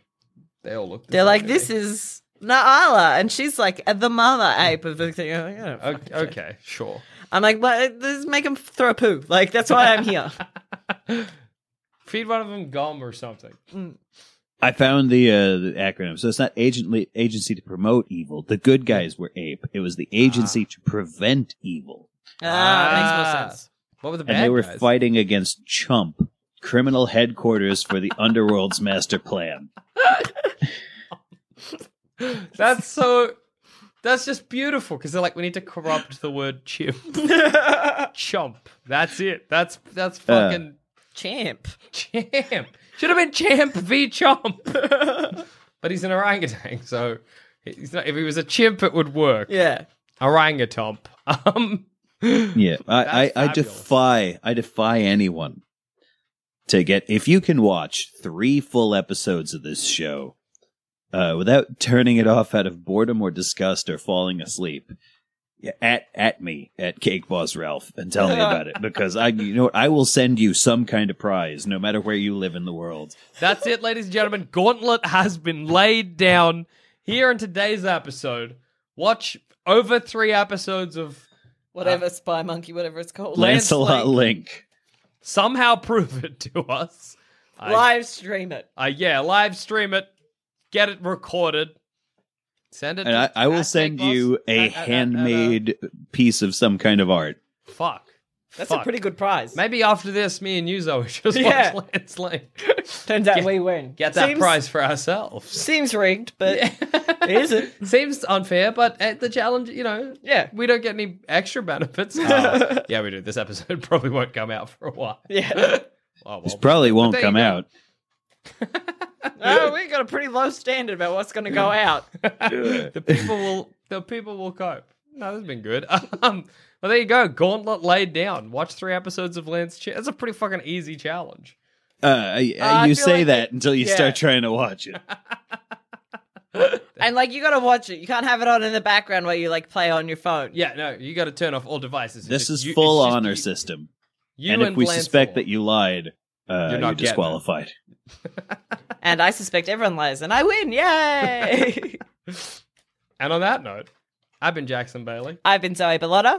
B: They all look. the
C: they're
B: same
C: like
B: to
C: this
B: me.
C: is Naala and she's like "Uh, the mother ape of the thing I'm like, I don't
B: O-
C: fucking
B: Okay,
C: care.
B: sure.
C: I'm like well, this make him throw a poo like that's why I'm [laughs] here
B: Feed one of them gum or something.
D: I found the uh, the acronym. So it's not agent agency to promote evil. The good guys were ape. It was the agency to prevent evil.
C: ah
B: Ah.
C: makes more sense
B: What were the bad
D: And they were
B: guys?
D: fighting against Chump, criminal headquarters for
C: [laughs]
D: the underworld's master plan.
B: That's so. That's just beautiful because they're like, we need to corrupt the word
C: [laughs]
B: chimp. Chomp. That's it. That's that's
D: Uh.
B: fucking
C: champ
B: champ. Should have been champ v
C: [laughs]
B: chomp. but he's an orangutan, so he's not, if he was a chimp, it would work.
C: yeah
B: Orangutomp. Um,
D: Yeah, I, I,
B: That's
D: I
B: fabulous.
D: defy I defy anyone to get if you can watch three full episodes of this show uh, without turning it off out of boredom or disgust or falling asleep. yeah, At at me at Cake Boss Ralph and tell me about it because I you know what, I will send you some kind of prize no matter where you live in the
B: [laughs]
D: world.
B: That's it, ladies and gentlemen. Gauntlet has been laid down here in today's episode. Watch over three episodes of
C: Whatever, Spy Monkey, whatever it's called.
D: Lancelot
B: Link.
D: Link.
B: somehow prove it to us. I-
C: Live stream it.
B: Uh, yeah, live stream it, get it recorded, send it.
D: And I,
B: to
D: I will
B: at Big
D: send
B: Boss.
D: you
B: At-
D: a
B: at- at- at, uh,
D: handmade piece of some kind of art.
B: Fuck.
C: That's a
B: Fuck.
C: pretty good prize.
B: Maybe after this, me and Yuzo should [laughs] just
C: Yeah.
B: watch Lance
C: [laughs]
B: Lane.
C: Turns out
B: Get-
C: we win.
B: Get that
C: Seems-
B: prize for ourselves.
C: Seems rigged, but [laughs] it isn't.
B: Seems unfair, but at the challenge, you know,
C: Yeah.
B: we don't get any extra
D: [laughs]
B: benefits. Uh, yeah, we do. This episode [laughs] probably won't come out for a
D: [laughs]
B: while.
C: Yeah.
B: Oh, well.
D: This probably won't
B: there you
D: come
B: go.
D: out.
C: Oh, we got a pretty low standard about what's going to go out.
B: the people will the people will cope. No, that's been good. [laughs] Um, well, there you go. Gauntlet laid down. Watch three episodes of Lance. Ch- that's a pretty fucking easy challenge.
D: Uh, I-
C: I
D: you
C: feel
D: say
C: like
D: that
C: it-
D: until you
C: yeah.
D: start trying to
B: [laughs]
D: watch it.
C: And like, you got to watch it. You can't have it on in the background while you like play on your phone.
B: Yeah, no, you got to turn off all devices.
D: This
B: It's
D: is
B: you-
D: full
B: it's just
D: honor
B: you-
D: system.
B: you
D: And if we
B: Lance
D: suspect
B: alone.
D: that you lied, uh,
B: You're
D: you're,
B: not getting it.
D: disqualified.
C: And I suspect everyone lies, and I win. Yay!
B: And on that note, I've been Jackson Bailey.
C: I've been Zoe Bellotta.